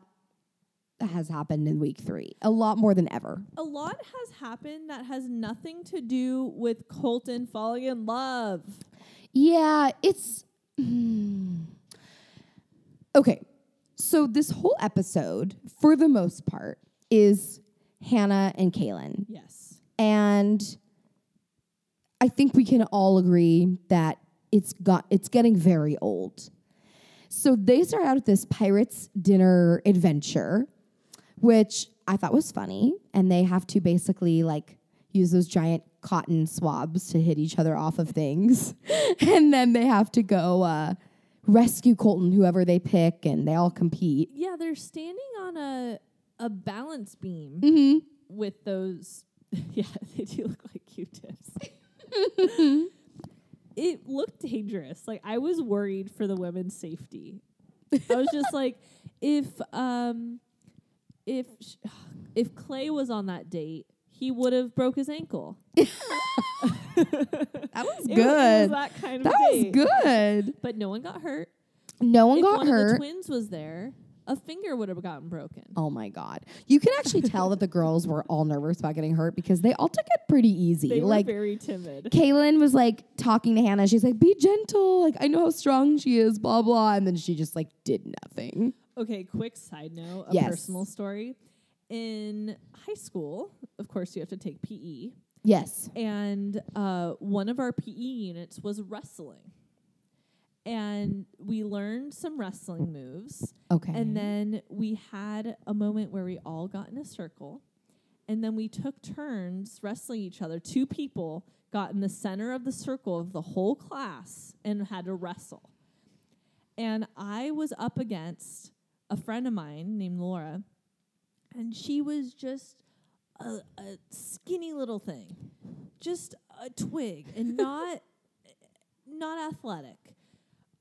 B: has happened in week three, a lot more than ever.
A: A lot has happened that has nothing to do with Colton falling in love.
B: Yeah, it's. Hmm. okay. So, this whole episode, for the most part, is Hannah and Kaylin.
A: Yes.
B: and I think we can all agree that it's got it's getting very old. So they start out at this pirates dinner adventure, which I thought was funny, and they have to basically like use those giant cotton swabs to hit each other off of things, <laughs> and then they have to go uh, rescue Colton, whoever they pick, and they all compete.
A: Yeah, they're standing on a a balance beam
B: Mm-hmm.
A: with those. <laughs> Yeah, they do look like Q-tips.
B: <laughs>
A: <laughs> it looked dangerous. Like I was worried for the women's safety. I was
B: <laughs>
A: just like, if um, if sh- <sighs> if Clay was on that date, he would have broke his
B: <laughs>
A: ankle.
B: That was
A: It was- it was
B: good.
A: that kind of
B: that was
A: date.
B: good.
A: But no one got hurt.
B: No one
A: if
B: got
A: one
B: hurt.
A: of the twins was there, a finger would have gotten broken.
B: Oh my god. You can actually tell that the girls were all nervous about getting hurt because they all took it pretty easy.
A: They
B: like
A: were very timid.
B: Kaylin was like talking to Hannah. She's like, be gentle. Like, I know how strong she is, blah, blah. And then she just like did nothing.
A: Okay, quick side note, a
B: Yes.
A: personal story. In high school, of course, you have to take PE,
B: Yes.
A: and uh, one of our PE units was wrestling. And we learned some wrestling moves,
B: Okay.
A: and then we had a moment where we all got in a circle, and then we took turns wrestling each other. Two people got in the center of the circle of the whole class and had to wrestle. And I was up against a friend of mine named Laura, and she was just a, a skinny little thing, just a twig, and not not athletic.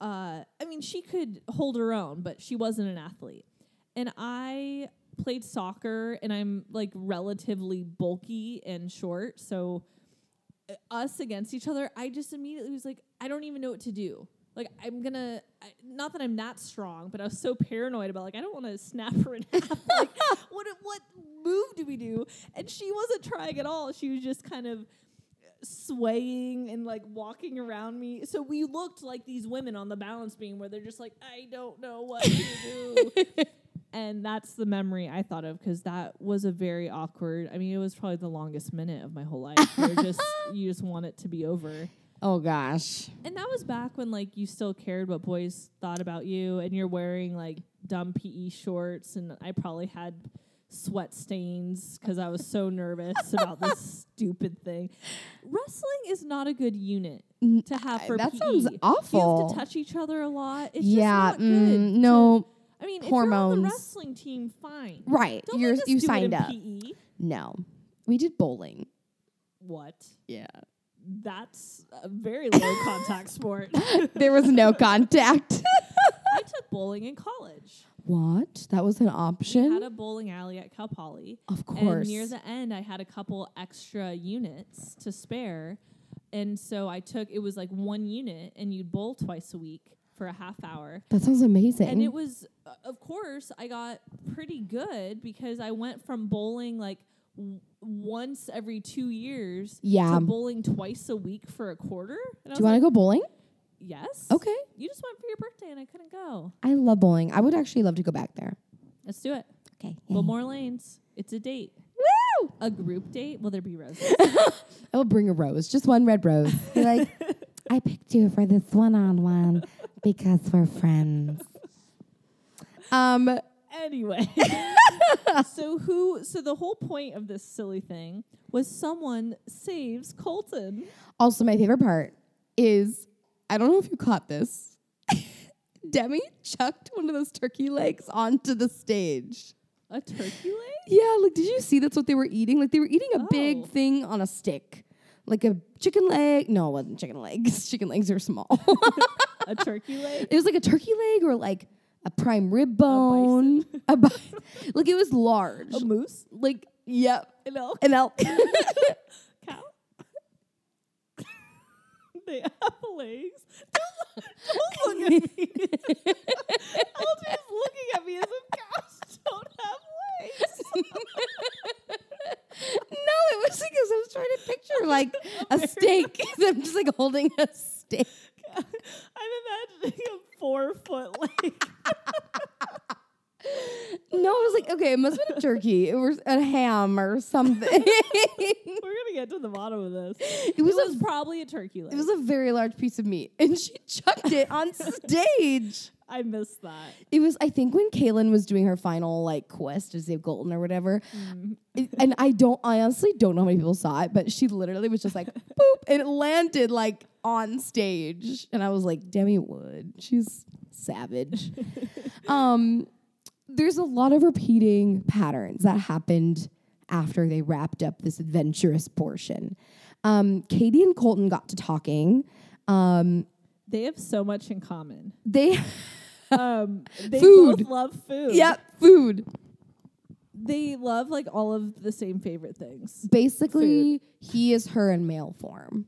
A: Uh, I mean, she could hold her own, but she wasn't an athlete. And I played soccer, and I'm like relatively bulky and short, so uh, us against each other, I just immediately was like, I don't even know what to do. Like I'm gonna, I, not that I'm that strong, but I was so paranoid about like I don't want to snap her in <laughs> half. like what what move do we do? And she wasn't trying at all. She was just kind of swaying and like walking around me. So we looked like these women on the balance beam where they're just like, I don't know what to do. and that's the memory I thought of because that was a very awkward. I mean, it was probably the longest minute of my whole life. You're just you just want it to be over.
B: oh gosh.
A: And that was back when like you still cared what boys thought about you, and you're wearing like dumb PE shorts, and I probably had sweat stains because I was
B: <laughs>
A: so nervous about this stupid thing. Wrestling is not a good unit
B: N-
A: to have
B: I-
A: for
B: that
A: PE.
B: sounds
A: You
B: awful.
A: have to touch each other a lot. It's
B: yeah.
A: just not
B: mm,
A: good. to-
B: no.
A: I mean, if you're on
B: hormones.
A: the wrestling team, fine.
B: Right.
A: Don't
B: You're,
A: they just
B: you
A: do it in E.
B: signed up.
A: PE?
B: No. We did bowling.
A: What?
B: Yeah.
A: That's a very low contact
B: <laughs>
A: sport. I
B: There was no contact. <laughs>
A: took bowling in college.
B: what? That was an
A: We had
B: option?
A: a bowling alley at Cal Poly.
B: of course.
A: And near the end, I had a couple extra units to spare. And so I took, it was like one unit, and you'd bowl twice a week for a half hour.
B: that sounds amazing.
A: And it was, uh, of course, I got pretty good because I went from bowling like w- once every two years
B: Yeah.
A: to bowling twice a week for a quarter. And I
B: Do
A: was
B: you want
A: like,
B: to go bowling?
A: yes.
B: Okay.
A: You just went for your birthday, and I couldn't go.
B: I love bowling. I would actually love to go back there.
A: Let's do it.
B: Okay.
A: But more lanes. It's a date.
B: Woo!
A: A group date? Will there be roses?
B: I will bring a rose, just one red <laughs> rose. Be like, I picked you for this one-on-one because we're friends. Um.
A: anyway so who so the whole point of this silly thing was someone saves colton
B: Also, my favorite part is I don't know if you caught this. <laughs> Demi chucked one of those turkey legs onto the stage.
A: a turkey leg
B: Yeah, like did you see that's what they were eating? Like they were eating a
A: Oh.
B: big thing on a stick. Like a chicken leg. No, it <laughs> wasn't chicken legs. Chicken legs are small.
A: a turkey leg
B: <laughs> it was like a turkey leg or like a prime rib <laughs> bone. A bi- Look, it was large.
A: A moose?
B: like, yep,
A: An elk?
B: an <laughs> elk.
A: Cow? <laughs> they have legs. Don't, look at
B: <laughs>
A: me. Alton's looking at me as if cows don't have legs. <laughs>
B: No, it was because I was trying to
A: <laughs>
B: picture like a steak. <laughs> I'm just like holding a steak.
A: I'm imagining a four foot <laughs> leg.
B: No, I was like, okay, it must have been a turkey or a ham or something. <laughs> it
A: We're gonna get to the bottom of this.
B: was,
A: It was
B: a
A: probably a turkey leg.
B: it was a very large piece of meat, and she chucked
A: <laughs>
B: it on stage.
A: I missed that.
B: It was, I think, when Kaylin was doing her final like quest to save Golden or whatever, It- and I don't, I honestly don't know how many people saw it, but she literally was just like boop, and it landed like on stage, and I was like, Demi Wood, she's savage. um, there's a lot of repeating patterns that happened after they wrapped up this adventurous portion. Um, Katie and Colton got to talking. Um,
A: They have so much in
B: <laughs>
A: common.
B: they,
A: Um, they
B: Food.
A: both love food.
B: yep, food.
A: They love like all of the same favorite things.
B: basically he is her in male form.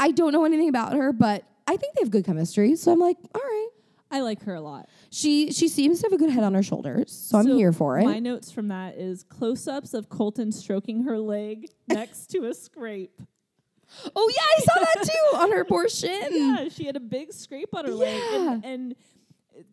B: I don't know anything about her, but I think they have good chemistry. So I'm like, all right.
A: I like her a lot.
B: She she seems to have a good head on her shoulders, so, I'm
A: So
B: here for it.
A: My notes from that is close-ups of Colton stroking her
B: <laughs>
A: leg next to a scrape.
B: Oh yeah, I saw that too on her portion.
A: <laughs> Yeah, she had a big scrape on her leg, and,
B: Yeah.
A: and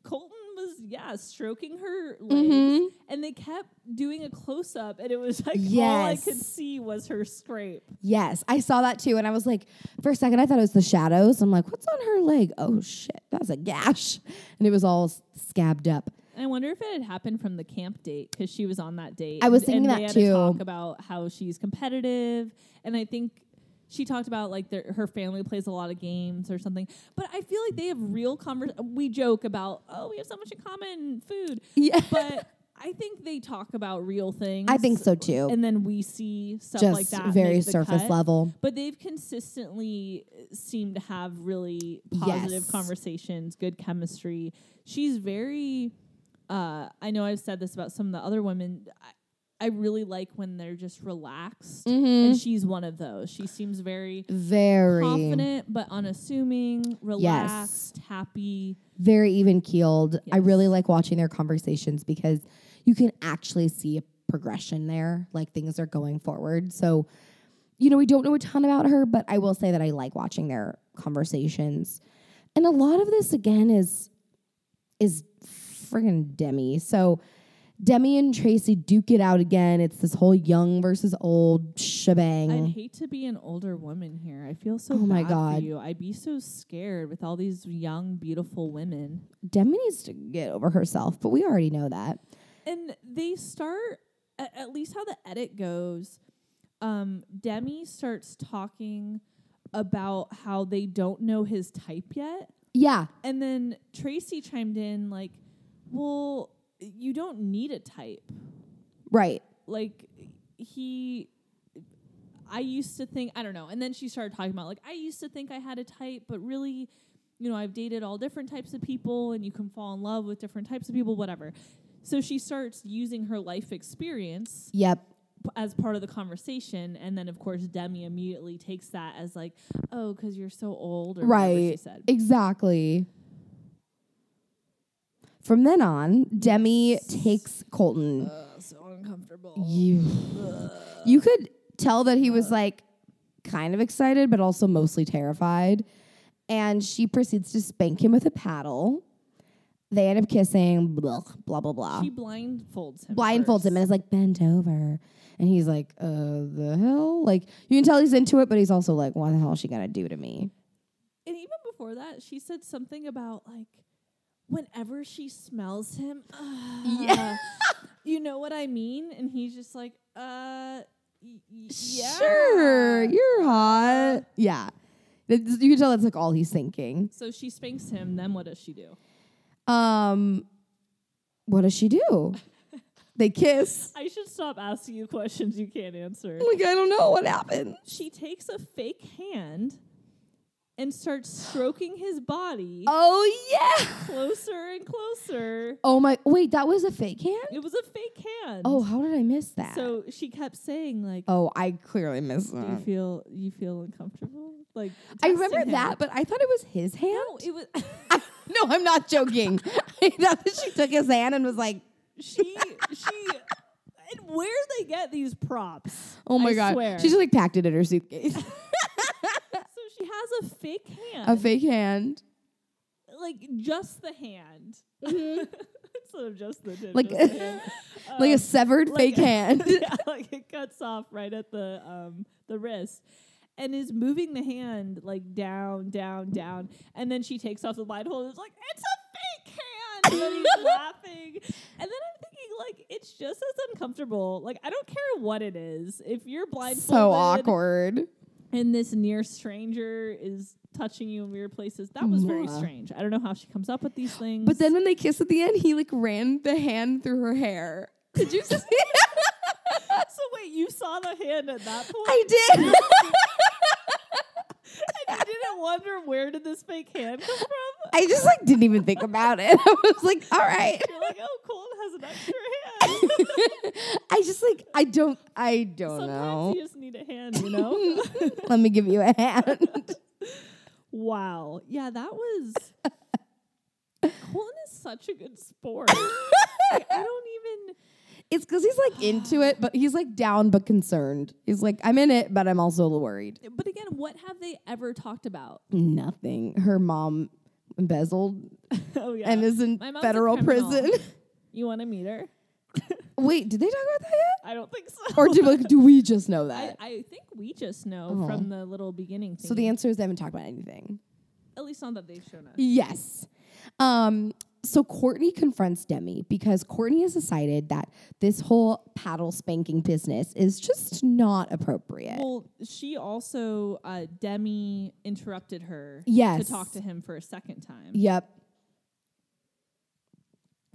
A: Colton was yeah stroking her legs,
B: Mhm.
A: and they kept doing a close-up, and it was like all I could
B: Yes.
A: see was her scrape.
B: Yes, I saw that too, and I was like, for a second, I thought it was the shadows. I'm like, what's on her leg? Oh shit, that's a gash, and it was all s- scabbed up.
A: I wonder if it had happened from the camp date because she was on that date.
B: I was
A: and-
B: thinking
A: and
B: that
A: they had
B: too.
A: To talk about how she's competitive, and I think she talked about like their, her family plays a lot of games or something. But I feel like they have real convers. We joke about oh we have so much in common food,
B: Yeah,
A: but I think they talk about real things.
B: I think so too.
A: And then we see stuff
B: Just
A: like that
B: very
A: make the
B: surface
A: cut.
B: level.
A: But they've consistently uh, seemed to have really positive
B: Yes.
A: conversations, good chemistry. She's very. Uh, I know I've said this about some of the other women. I, I really like when they're just relaxed,
B: Mhm.
A: and she's one of those. She seems very
B: Very
A: confident, but unassuming, relaxed, happy.
B: very even keeled. I really
A: Yes.
B: like watching their conversations because you can actually see a progression there, like things are going forward. So, you know, we don't know a ton about her, but I will say that I like watching their conversations. And a lot of this again is is friggin' Demi. So Demi and Tracy duke it out again. It's this whole young versus old shebang.
A: I'd hate to be an older woman here. I feel so
B: Mm-hmm. Oh my
A: bad
B: God.
A: for you. I'd be so scared with all these young, beautiful women.
B: Demi needs to get over herself, but we already know that.
A: And they start a- at least how the edit goes. Um, Demi starts talking about how they don't know his type yet,
B: Yeah.
A: and then Tracy chimed in like, "Well, you don't need a type.
B: Right.
A: like he i used to think i don't know and then she started talking about like i used to think i had a type but really you know i've dated all different types of people and you can fall in love with different types of people whatever so she starts using her life experience
B: Yep.
A: p- as part of the conversation and then of course demi immediately takes that as like oh because you're so old or whatever she
B: Right.
A: said
B: Exactly. From then on, Demi takes Colton.
A: Ugh, so uncomfortable
B: You You could tell that he was like kind of excited but also mostly terrified. And she proceeds to spank him with a paddle. They end up kissing, blah blah blah blah.
A: she blindfolds him
B: blindfolds him
A: first.
B: and is like bent over. And he's like, uh the hell? Like you can tell he's into it, but he's also like, what the hell is she gonna do to me?
A: and even before that, she said something about like whenever she smells him, <sighs> yeah, you know what I mean. And he's just like, uh, y- y- yeah,
B: Sure, you're hot. Yeah. That's- You can tell that's like all he's thinking.
A: So she spanks him. Then what does she do?
B: Um, what does she <laughs> do? they kiss.
A: I should stop asking you questions you can't answer.
B: Like, I don't know what happened.
A: She takes a fake hand and starts stroking his body
B: Oh yeah.
A: closer and closer.
B: Oh my. Wait, that was a fake hand.
A: It was a fake hand.
B: Oh, how did I miss that?
A: so she kept saying like,
B: oh, I clearly missed
A: "Do you
B: that.
A: feel you feel uncomfortable?" Like
B: I
A: testing
B: remember
A: him.
B: that, but I thought it was his hand.
A: No,
B: <laughs>
A: it was <laughs>
B: No, I'm not <laughs> joking. I thought that she took his hand and was like,
A: she she. And where they get these props?
B: "Oh my
A: I
B: god!"
A: swear.
B: She just like packed it in her <laughs> suitcase.
A: so she has a fake hand,
B: a fake hand,
A: like just the hand, <laughs> instead of just the tip,
B: Mm-hmm. Like-
A: just the
B: <laughs>
A: hand.
B: like
A: Um,
B: a severed
A: like-
B: fake hand.
A: <laughs>
B: <laughs>
A: yeah, like it cuts off right at the um the wrist and is moving the hand like down, down, down. And then she takes off the light hole and is like, it's a fake hand. And then
B: <laughs>
A: he's laughing. And then I'm thinking, like, it's just as uncomfortable. Like, I don't care what it is. If you're blindfolded
B: so awkward.
A: and this near stranger is touching you in weird places, that was very
B: Mwah.
A: strange. I don't know how she comes up with these things.
B: Mm-hmm. But then when they kiss at the end, he like ran the hand through her hair. Did <laughs> you see?
A: so wait, you saw the hand at that point?
B: I did.
A: I didn't wonder where did this fake hand come from.
B: I just like didn't even think about it. <laughs> I was like, all right. <laughs>
A: You're like, oh, cool, it has an extra hand.
B: I just like I don't I don't
A: Sometimes
B: know.
A: you just need a hand, you <laughs>
B: <laughs>
A: know?
B: Let me give you a hand.
A: wow. Yeah, that
B: <laughs>
A: was. Colin is such a good
B: <laughs>
A: sport. Like, I don't even.
B: It's because he's like into it, but he's like down but concerned. He's like, I'm in it, but I'm also worried.
A: But again, what have they ever talked about? <laughs>
B: Nothing. Her mom embezzled
A: Oh, yeah.
B: and is in
A: My mom's a
B: federal
A: criminal.
B: prison. <laughs>
A: you want to meet her?
B: Wait, did they talk about that
A: <laughs>
B: yet?
A: I don't think so.
B: Or do like do we just know
A: I,
B: that?
A: I think we just know
B: Oh.
A: from the little beginning thing.
B: so the answer is they haven't talked about anything.
A: at least not that they've shown us.
B: Yes. Um, so Courtney confronts Demi because Courtney has decided that this whole paddle spanking business is just not appropriate.
A: Well, she also uh, Demi interrupted her
B: Yes.
A: to talk to him for a second time.
B: yep.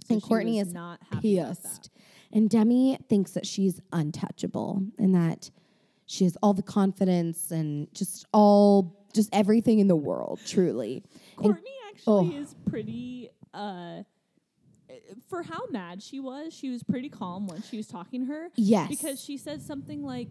A: So
B: and
A: she
B: Courtney
A: was
B: is
A: not happy about that.
B: Pissed. And Demi thinks that she's untouchable and that she has all the confidence and just all just everything in the world, truly. And
A: Courtney
B: Oh.
A: actually is pretty. Uh, for how mad she was, she was pretty calm when she was talking to her
B: yes.
A: because she said something like,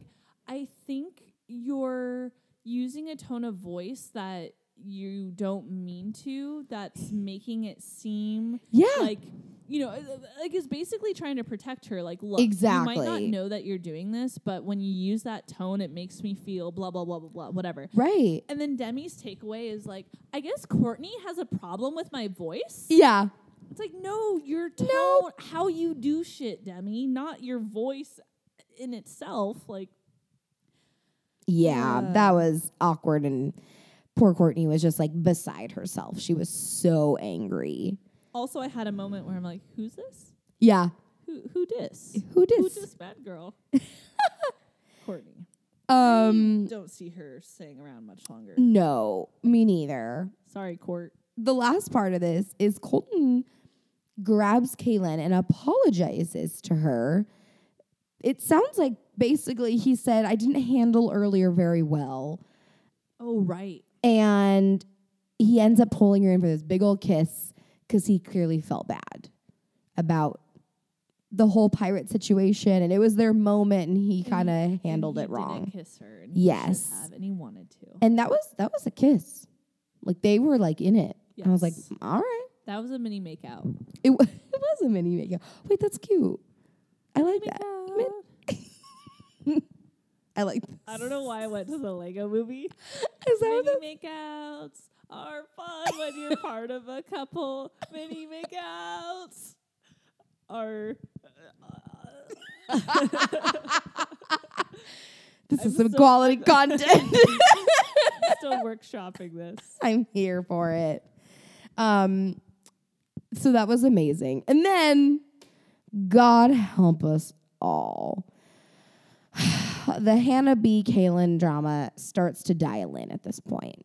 A: "I think you're using a tone of voice that you don't mean to. That's making it seem."
B: yeah.
A: like you know uh, uh, like is basically trying to protect her like look you might not
B: Exactly.
A: know that you're doing this but when you use that tone it makes me feel blah blah blah blah blah whatever
B: right.
A: and then demi's takeaway is like i guess courtney has a problem with my voice
B: Yeah.
A: it's like no your tone how you do shit demi not your voice in itself like
B: Yeah,
A: Yeah.
B: that was awkward. And poor Courtney was just like beside herself. She was so angry.
A: also i had a moment where i'm like who's this
B: Yeah.
A: who who dis
B: Who
A: who
B: did?
A: dis bad <laughs> girl courtney
B: Um,
A: don't see her staying around much longer
B: no, me neither.
A: sorry court
B: The last part of this is Colton grabs Kaylin and apologizes to her. It sounds like basically he said, I didn't handle earlier very well.
A: Oh right.
B: and he ends up pulling her in for this big old kiss because he clearly felt bad about the whole pirate situation and it was their moment and he kind of handled it wrong
A: kiss her. And
B: he should Yes.
A: He
B: have,
A: and he wanted to.
B: and that was that was a kiss like they were like in it and i was like
A: Yes.
B: all right
A: That was a mini makeout.
B: it, wa- <laughs> it was a mini makeout wait that's cute i like that
A: Uh,
B: i like
A: I don't know why I went to the Lego movie.
B: is that what
A: mini
B: the-
A: makeouts are fun when <laughs> you're part of a couple. Mini makeouts are. uh,
B: this is
A: I'm
B: some
A: so
B: quality content <laughs>
A: Still workshopping this.
B: I'm here for it. Um, so that was amazing. And then, God help us all. <sighs> the Hannah B. Kalen drama starts to dial in at this point.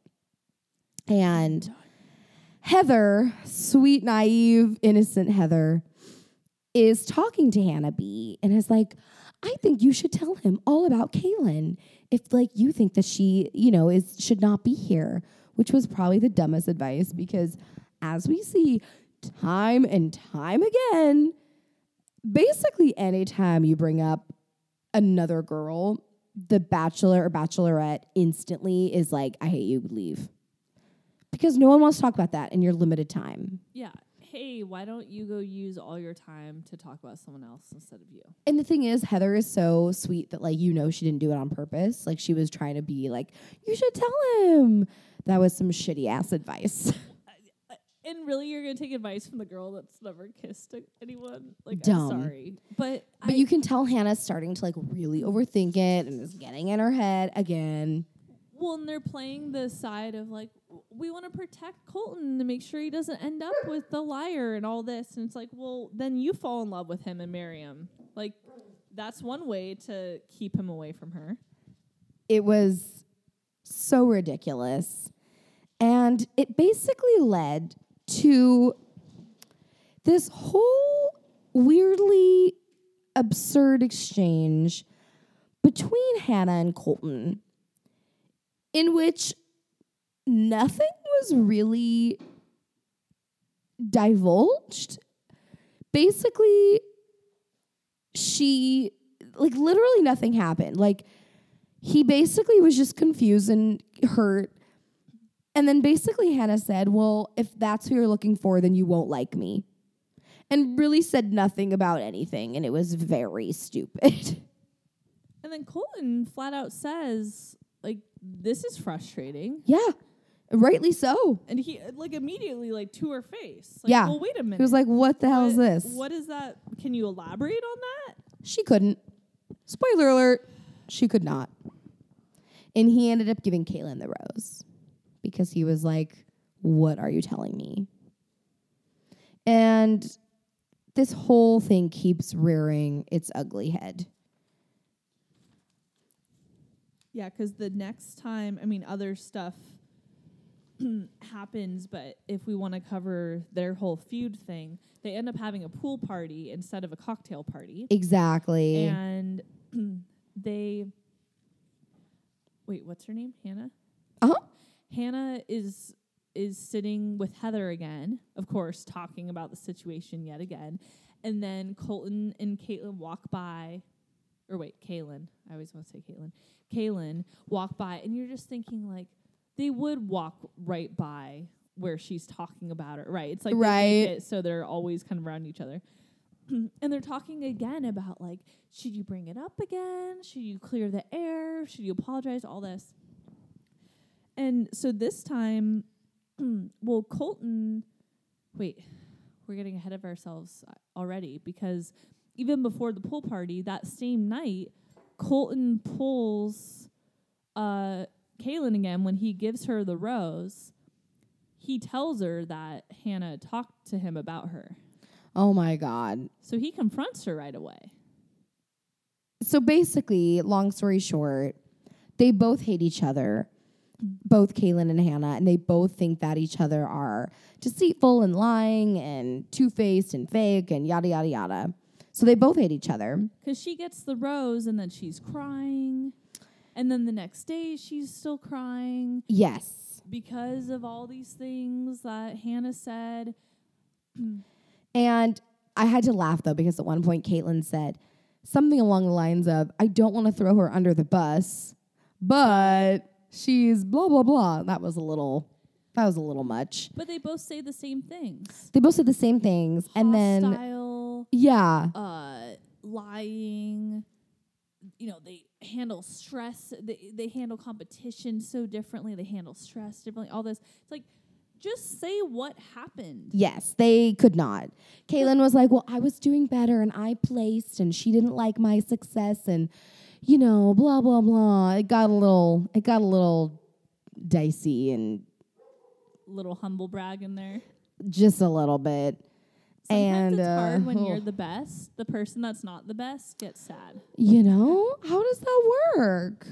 B: And Heather, sweet, naive, innocent Heather, is talking to Hannah B and is like, I think you should tell him all about Kaylin. If like you think that she, you know, is should not be here. which was probably the dumbest advice because, as we see time and time again, basically anytime you bring up another girl, the bachelor or bachelorette instantly is like, I hate you, leave. Because no one wants to talk about that in your limited time.
A: Yeah. Hey, why don't you go use all your time to talk about someone else instead of you?
B: And the thing is, Heather is so sweet that, like, you know, she didn't do it on purpose. Like, she was trying to be like, you should tell him. That was some shitty ass advice. <laughs>
A: And really, you're gonna take advice from the girl that's never kissed a- anyone? Like,
B: Dumb.
A: I'm sorry, but
B: But
A: I,
B: you can tell Hannah's starting to like really overthink it and is getting in her head again.
A: well, and they're playing the side of like, w- we want to protect Colton to make sure he doesn't end
B: <laughs>
A: up with the liar and all this. And it's like, well, then you fall in love with him and marry him. Like, that's one way to keep him away from her.
B: It was so ridiculous. And it basically led to this whole weirdly absurd exchange between Hannah and Colton, in which nothing was really divulged. Basically, she, like, literally nothing happened. Like, he basically was just confused and hurt. And then basically, Hannah said, Well, if that's who you're looking for, then you won't like me. And really said nothing about anything. And it was very <laughs> stupid.
A: And then Colton flat out says, like, this is frustrating.
B: yeah, rightly so.
A: And he like immediately like to her face. Like,
B: Yeah.
A: Well, wait a minute.
B: He was like, What the hell is
A: What-
B: this?
A: What is that? Can you elaborate on that?
B: She couldn't. Spoiler alert, she could not. And he ended up giving Caitlin the rose because he was like, What are you telling me? And this whole thing keeps rearing its ugly head.
A: Yeah, because the next time, I mean, other stuff <clears throat> happens, but if we want to cover their whole feud thing, they end up having a pool party instead of a cocktail party.
B: Exactly.
A: And <clears throat> they. Wait, what's her name? Hannah?
B: Uh-huh.
A: Hannah is is sitting with Heather again, of course, talking about the situation yet again. And then Colton and Caitlin walk by, or wait, Caitlin. I always want to say Caitlin. Caitlin walk by, and you're just thinking like they would walk right by where she's talking about it, right? It's like they make
B: Right.
A: it so they're always kind of around each other. <clears throat> And they're talking again about like, should you bring it up again? Should you clear the air? Should you apologize? All this. And so this time, <clears throat> well, Colton, wait, we're getting ahead of ourselves uh, already because even before the pool party that same night, Colton pulls uh, Kaylin again when he gives her the rose. He tells her that Hannah talked to him about her.
B: oh my God.
A: So he confronts her right away.
B: So basically, long story short, they both hate each other, both Kaylin and Hannah, and they both think that each other are deceitful and lying and two faced and fake and yada, yada, yada. So they both hate each other.
A: Because she gets the rose and then she's crying. And then the next day she's still crying
B: Yes.
A: because of all these things that Hannah said.
B: And I had to laugh though, because at one point, Caitlin said something along the lines of, I don't want to throw her under the bus, but she's blah, blah, blah. That was a little, that was a little much.
A: But they both say the same things.
B: They both said the same things. And then,
A: Hostile,
B: yeah.
A: uh, lying. You know, they handle stress. They, they handle competition so differently. They handle stress differently. All this. It's like, just say what happened.
B: Yes, they could not. Kaylin was like, Well, I was doing better and I placed and she didn't like my success and you know, blah blah blah. It got a little it got a little dicey and
A: Little humble brag in there.
B: just a little bit.
A: Sometimes
B: and
A: it's hard
B: uh,
A: when you're
B: oh,
A: the best. The person that's not the best gets sad.
B: you know, how does that work?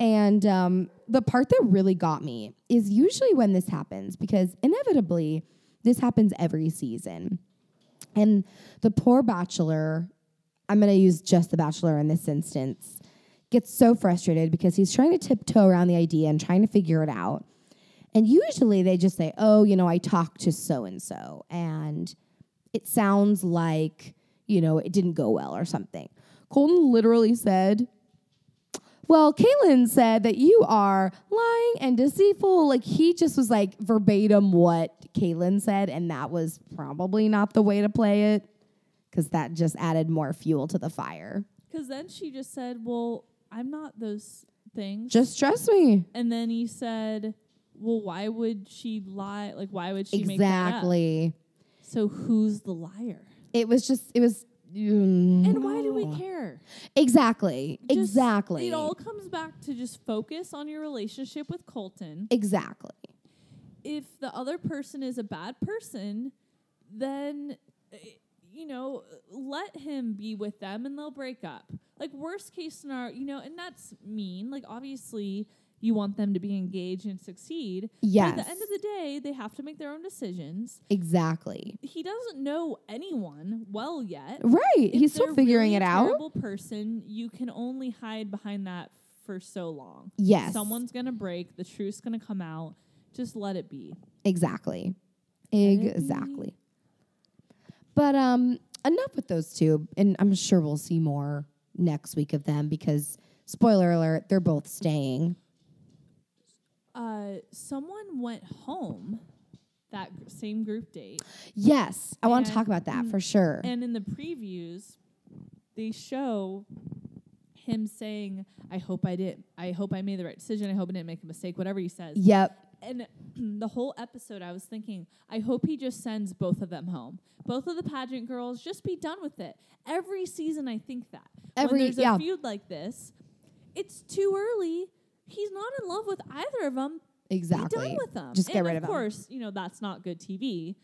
B: And um, the part that really got me is usually when this happens, because inevitably this happens every season. And the poor bachelor, I'm going to use just the bachelor in this instance, gets so frustrated because he's trying to tiptoe around the idea and trying to figure it out. And usually they just say, oh, you know, I talked to so and so, and it sounds like, you know, it didn't go well or something. Colton literally said, well, Caitlin said that you are lying and deceitful. Like he just was like verbatim what Caitlin said, and that was probably not the way to play it because that just added more fuel to the fire.
A: Because then she just said, Well, I'm not those things.
B: Just trust me.
A: and then he said, Well, why would she lie? Like, why would she make that up?
B: exactly.
A: So who's the liar?
B: It was just. It was. mm,
A: And why do we care?
B: Exactly.
A: Just-
B: exactly.
A: It all comes back to just focus on your relationship with Colton.
B: exactly.
A: If the other person is a bad person, then eh, you know, let him be with them and they'll break up. Like worst case scenario, you know, and that's mean. Like obviously you want them to be engaged and succeed.
B: Yes.
A: But at the end of the day, they have to make their own decisions.
B: exactly.
A: He doesn't know anyone well yet.
B: Right.
A: If
B: He's still
A: they're
B: figuring
A: really
B: it
A: a
B: out.
A: Terrible person, you can only hide behind that for so long.
B: Yes.
A: someone's gonna break. The truth's gonna come out. Just let it be.
B: Exactly.
A: it be.
B: Exactly. But um enough with those two and I'm sure we'll see more next week of them because spoiler alert they're both staying.
A: Uh, someone went home that gr- same group date,
B: Yes, I want to
A: And-
B: talk about that for sure.
A: and in the previews, they show him saying, "I hope I did. I hope I made the right decision. I hope I didn't make a mistake." Whatever he says.
B: Yep.
A: and <clears throat> the whole episode I was thinking, I hope he just sends both of them home. Both of the pageant girls, just be done with it. Every season I think that.
B: Every-
A: when there's
B: yeah.
A: a feud like this, it's too early. He's not in love with either of them. Be
B: Exactly.
A: done with them.
B: Just get
A: and
B: rid
A: of
B: of 'em.
A: course, you know, that's not good TV.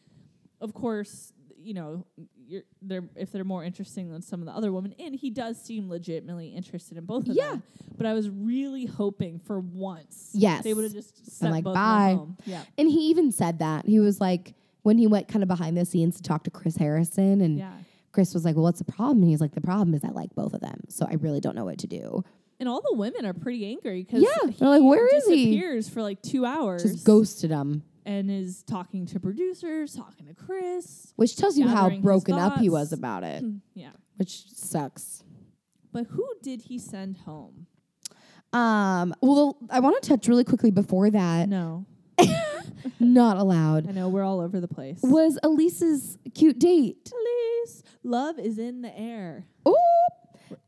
A: Of course, you know, you're, they're if they're more interesting than some of the other women, and he does seem legitimately interested in both of
B: Yeah.
A: them. But I was really hoping for once,
B: Yes.
A: they would have just sent
B: like,
A: both of them
B: "Bye."
A: home. Yeah,
B: And he even said that. He was like when he went kind of behind the scenes to talk to Chris Harrison and
A: yeah.
B: Chris was like, "Well, what's the problem?" And he's like, "The problem is I like both of them, so I really don't know what to do."
A: And all the women are pretty angry because
B: Yeah, they're like, "Where is he?"
A: Disappears for like two hours,
B: Just ghosted him.
A: and is talking to producers, talking to Chris. <clears throat>
B: Which tells you how
A: Gathering his
B: broken up he
A: thoughts.
B: was about it,
A: Yeah,
B: which sucks.
A: but who did he send home?
B: Um, well, I want to touch really quickly before that.
A: No,
B: Not allowed
A: I know we're all over the place.
B: was Elise's cute date.
A: Elise, love is in the air
B: Ooh.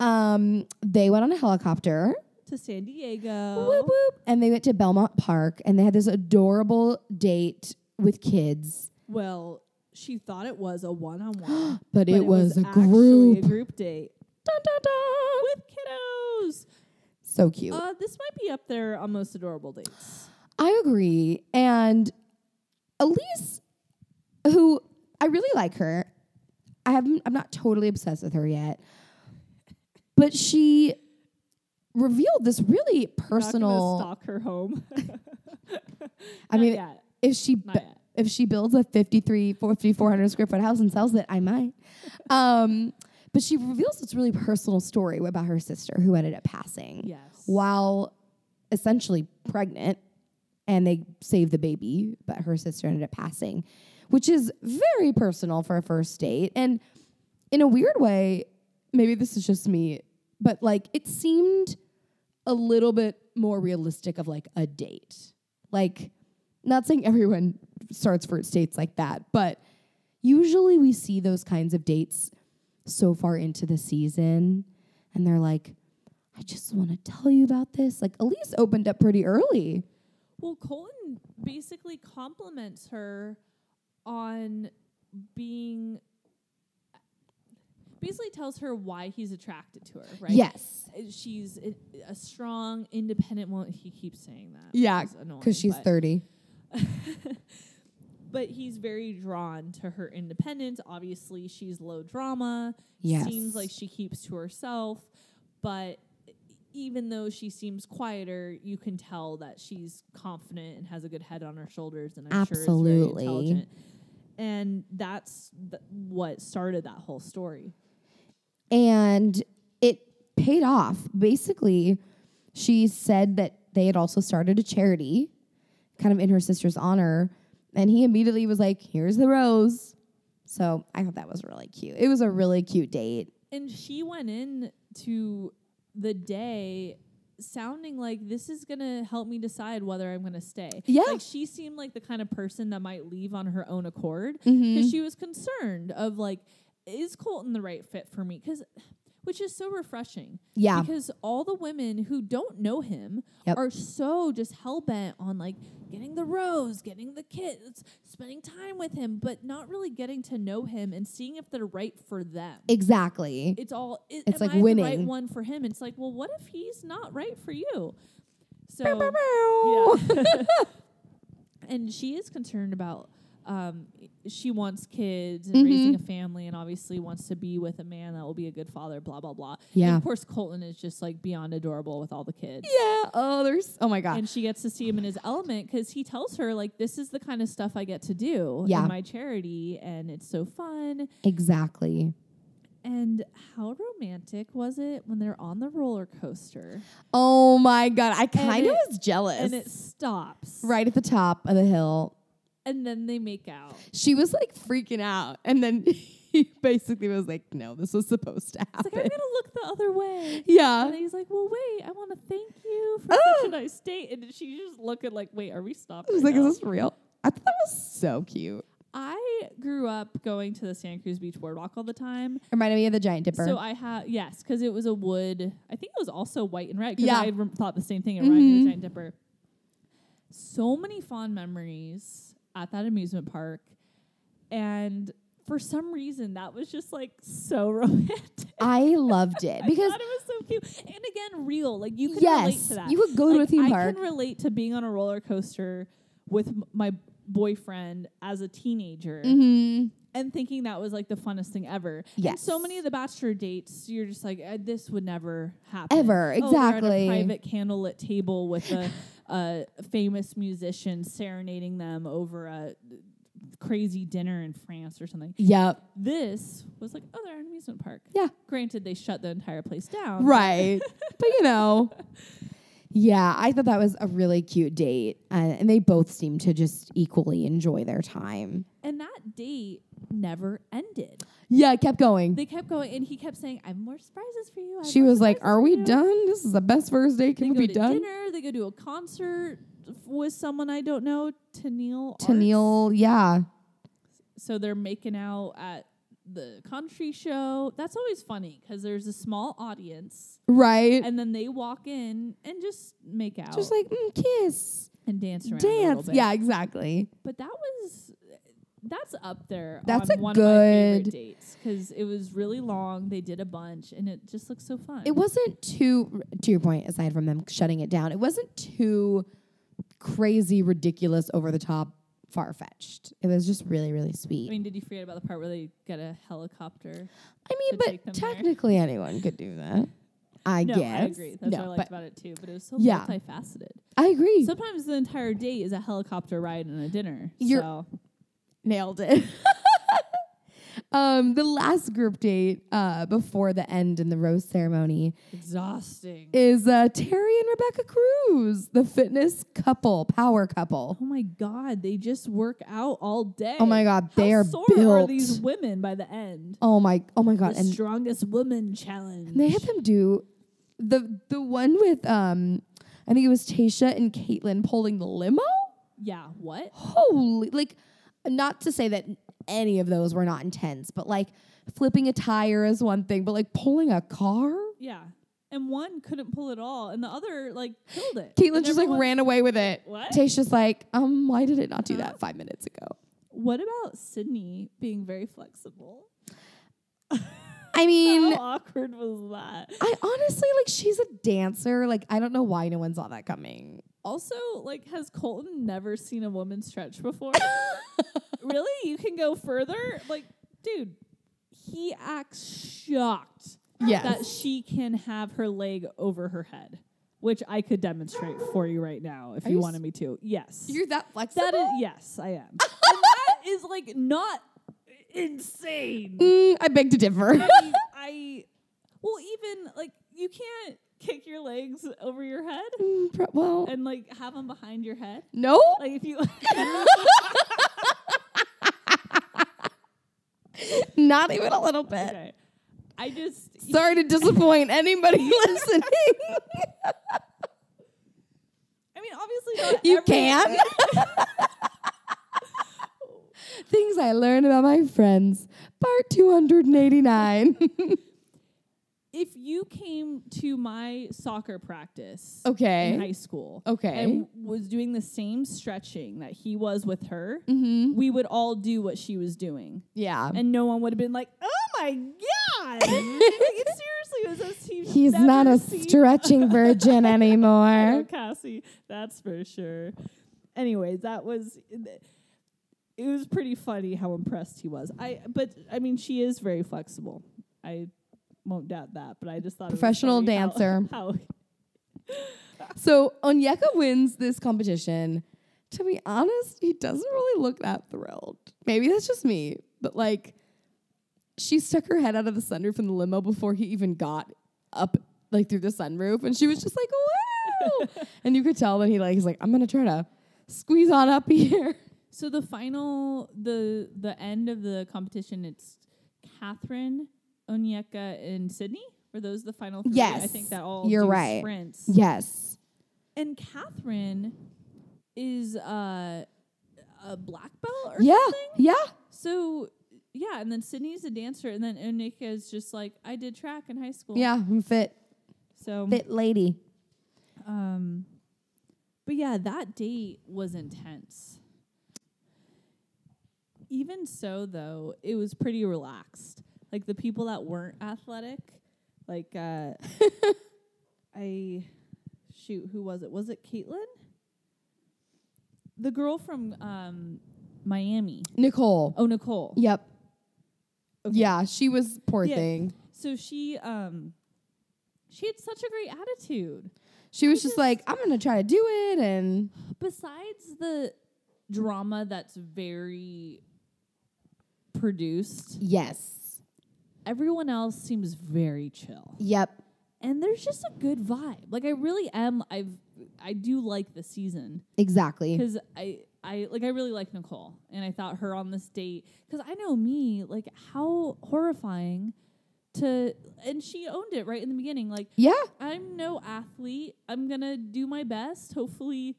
B: Um, they went on a helicopter.
A: to San Diego.
B: Whoop, whoop, and they went to Belmont Park, and they had this adorable date with kids.
A: Well, she thought it was a
B: <gasps>
A: one-on-one,
B: But,
A: but
B: it, was, a
A: actually
B: group.
A: a group date
B: Dun, dun, dun.
A: with kiddos.
B: So cute.
A: Uh, this might be up there on most adorable dates.
B: I agree. And Elise, who I really like her, I haven't, I'm not totally obsessed with her yet, but she revealed this really
A: Not
B: personal.
A: gonna stalk her home. <laughs>
B: I
A: Not
B: mean,
A: yet.
B: if she bu-
A: Not yet.
B: if she builds a 53 four- 5400 square foot house and sells it, I might. Um, but she reveals this really personal story about her sister who ended up passing.
A: yes.
B: while essentially pregnant and they saved the baby but her sister ended up passing which is very personal for a first date and in a weird way maybe this is just me but like it seemed a little bit more realistic of like a date like not saying everyone starts first dates like that but usually we see those kinds of dates so far into the season and they're like I just want to tell you about this. Like Elise opened up pretty early.
A: Well, Colton basically compliments her on being. Basically tells her why he's attracted to her, right?
B: Yes.
A: Uh, She's a, a strong, independent woman. He keeps saying that.
B: Yeah,
A: because
B: Because she's 30.
A: But he's very drawn to her independence. Obviously, she's low drama.
B: Yes.
A: Seems like she keeps to herself, but even though she seems quieter, you can tell that she's confident and has a good head on her shoulders, and I'm sure is
B: Absolutely.
A: very intelligent. And that's th- what started that whole story.
B: And it paid off. Basically, she said that they had also started a charity kind of in her sister's honor. And he immediately was like, here's the rose. So I thought that was really cute. It was a really cute date.
A: And she went in to the day sounding like this is going to help me decide whether I'm going to stay.
B: Yeah.
A: Like she seemed like the kind of person that might leave on her own accord
B: Mhm.
A: because she was concerned of like is Colton the right fit for me? Cuz which is so refreshing.
B: Yeah.
A: Because all the women who don't know him
B: Yep.
A: are so just hell bent on like getting the rose, getting the kids, spending time with him, but not really getting to know him and seeing if they're right for them.
B: Exactly.
A: it's all i-
B: It's
A: am
B: like
A: I the right
B: winning.
A: one for him. It's like, well, what if he's not right for you?
B: Bow,
A: So
B: bow, bow.
A: yeah. <laughs> and she is concerned about um, she wants kids and raising
B: Mm-hmm.
A: a family and obviously wants to be with a man that will be a good father, blah, blah, blah. And
B: Yeah.
A: of course, Colton is just like beyond adorable with all the kids.
B: Yeah. Oh, there's. Oh my god.
A: And she gets to see him in his element because he tells her, like, this is the kind of stuff I get to do
B: Yeah.
A: in my charity and it's so fun.
B: exactly.
A: And how romantic was it when they're on the roller coaster
B: Oh my god. I kind of
A: it-
B: was jealous.
A: and it stops?
B: right at the top of the hill.
A: And then they make out.
B: She was like freaking out, and then <laughs> he basically was like, "No, this was supposed to
A: It's like,
B: <laughs>
A: I'm going
B: happen."
A: to look the other way.
B: Yeah.
A: And he's like, well, wait, I want to thank you for such a nice date. And she's just looking like, wait, are we stopped?
B: I was
A: right
B: like, "Is
A: now?
B: this real?" I thought that was so cute.
A: I grew up going to the Santa Cruz Beach Boardwalk all the time.
B: Reminded me of the Giant Dipper.
A: So I had, yes, because it was a wood, I think it was also white and red because
B: Yeah.
A: I rem- thought the same thing. It reminded me of
B: Mhm.
A: the Giant Dipper. So many fond memories at that amusement park. And for some reason, that was just like so <laughs> romantic.
B: I loved it
A: <laughs> I
B: because
A: thought it was so cute. And again, real. Like you can relate
B: yes,
A: to that.
B: you could go to a
A: Like,
B: theme
A: I
B: park.
A: can relate to being on a roller coaster with m- my boyfriend as a teenager
B: <laughs> Mm-hmm.
A: and thinking that was like the funnest thing ever. And
B: Yes.
A: so many of the bachelor dates, you're just like, "Uh, this would never happen.
B: Ever,
A: Oh, they're
B: exactly.
A: at a private candlelit table with
B: <laughs>
A: a, a famous musician serenading them over a crazy dinner in France or something.
B: Yep.
A: This was like, oh, they're at an amusement park.
B: Yeah.
A: Granted, they shut the entire place down. <laughs>
B: Right. but you know. Yeah, I thought that was a really cute date. Uh, and they both seemed to just equally enjoy their time.
A: And that date never ended.
B: Yeah, it kept going.
A: They kept going, and he kept saying, "I have more surprises for you." I have
B: She
A: more
B: was like,
A: surprises
B: Are
A: for
B: we
A: you."
B: done? This is the best first date.
A: They
B: Can
A: go
B: we be
A: to
B: done?
A: dinner. They go to a concert f- with someone I don't know, Tennille.
B: To Neil, yeah.
A: So they're making out at the country show. That's always funny because there's a small audience,
B: Right.
A: and then they walk in and just make out,
B: just like mm, kiss,
A: and dance around, a little
B: dance.
A: bit.
B: Yeah, exactly.
A: But that was that's up there.
B: That's
A: on
B: a
A: one of my favorite
B: good-
A: dates because it was really long. They did a bunch, and it just looked so fun.
B: It wasn't too, to your point, aside from them shutting it down, it wasn't too crazy, ridiculous, over the top, far fetched. It was just really, really
A: I
B: sweet.
A: mean, did you forget about the part where they get a helicopter?
B: I
A: to
B: mean,
A: take them
B: but
A: there.
B: technically anyone could do that. I
A: no,
B: guess.
A: I agree. That's
B: no,
A: what I liked
B: but
A: about it too. But it was so
B: Yeah.
A: multifaceted.
B: I agree.
A: Sometimes the entire date is a helicopter ride and a dinner.
B: You're-
A: so
B: Nailed it. <laughs> um, the last group date uh, before the end in the rose ceremony
A: exhausting.
B: is uh, Terry and Rebecca Cruz, the fitness couple, power couple.
A: oh my god, they just work out all day.
B: Oh my God, they
A: How
B: are
A: sore Are
B: built.
A: these women by the end?
B: Oh my! Oh my God!
A: the
B: And
A: strongest woman challenge.
B: they had them do the the one with um, I think it was Tasha and Caitlin pulling the limo.
A: yeah. What?
B: Holy! Like, not to say that any of those were not intense, but like flipping a tire is one thing, but like pulling a car.
A: Yeah. And one couldn't pull it all, and the other like killed it.
B: Caitlin
A: And
B: just like
A: everyone-
B: ran away with it.
A: What?
B: Tasha's like, um, why did it not do that five minutes ago?
A: What about Sydney being very flexible?
B: I mean,
A: How awkward was that?
B: I honestly like she's a dancer. Like, I don't know why no one saw that coming.
A: Also, like, has Colton never seen a woman stretch
B: <laughs>
A: before? really? You can go further? Like, dude, he acts shocked
B: Yes.
A: that she can have her leg over her head, which I could demonstrate for you right now if
B: Are
A: you,
B: you
A: wanted
B: s-
A: me to. Yes.
B: You're that flexible.
A: That is yes, I
B: <laughs>
A: am. and that is like not insane.
B: <laughs>
A: <laughs>
B: Mm, I beg to differ.
A: I, I well, even like you can't kick your legs over your head
B: Mm, pro- well,
A: and like have them behind your head?
B: no.
A: Like if you
B: Not even a little
A: <laughs>
B: bit.
A: okay. I
B: <laughs>
A: just
B: Sorry to
A: <laughs>
B: disappoint anybody listening.
A: I mean obviously not
B: you
A: every- <laughs>
B: can. Things I learned about my friends,
A: <laughs>
B: part 289.
A: if you came to my soccer practice in
B: okay.
A: high school
B: Okay.
A: and was doing the same stretching that he was with her,
B: Mm-hmm.
A: we would all do what she was doing.
B: Yeah.
A: And no one would have been like, oh my
B: <laughs>
A: God. like, it seriously was as he
B: He's not a stretching virgin
A: <laughs> Oh,
B: anymore.
A: Cassie, that's for sure. Anyways, that was it was pretty funny how impressed he was. I but I mean she is very flexible. I won't doubt that, but I just thought it was
B: Professional
A: funny how-
B: dancer.
A: <laughs> How,
B: So Onyeka wins this competition. To be honest, he doesn't really look that thrilled. Maybe that's just me, but like she stuck her head out of the sunroof in the limo before he even got up like through the sunroof and she was just like, <laughs> "Wow." and you could tell that he like he's like, "I'm going to try to squeeze on up here."
A: So the final, the the end of the competition, it's Catherine, Onyeka, and Sydney. Were those the final three? I
B: Yes,
A: think that all
B: you're
A: do
B: right.
A: Sprints.
B: Yes.
A: And Catherine is uh, a black belt or
B: <laughs> Yeah.
A: something.
B: Yeah.
A: So yeah, and then Sydney's a dancer, and then Onyeka is just like I did track in high school.
B: Yeah, I'm fit
A: So
B: fit lady.
A: um, but yeah, that date was intense. Even so, though, it was pretty relaxed. Like the people that weren't athletic, like
B: <laughs>
A: uh, I shoot, who was it? Was it Caitlin? The girl from um, Miami.
B: Nicole.
A: Oh, Nicole.
B: Yep.
A: Okay.
B: Yeah, she was poor
A: Yeah.
B: thing.
A: So she um, she had such a great attitude.
B: She was just like, I'm gonna try to do it, and
A: besides the drama that's very produced,
B: yes,
A: everyone else seems very chill.
B: yep,
A: And there's just a good vibe. Like I really am I've I do like the season
B: exactly.
A: cuz I I like I really like Nicole and I thought her on this date cuz I know me like how horrifying to and she owned it right in the beginning like
B: Yeah,
A: I'm no athlete. I'm gonna do my best. Hopefully,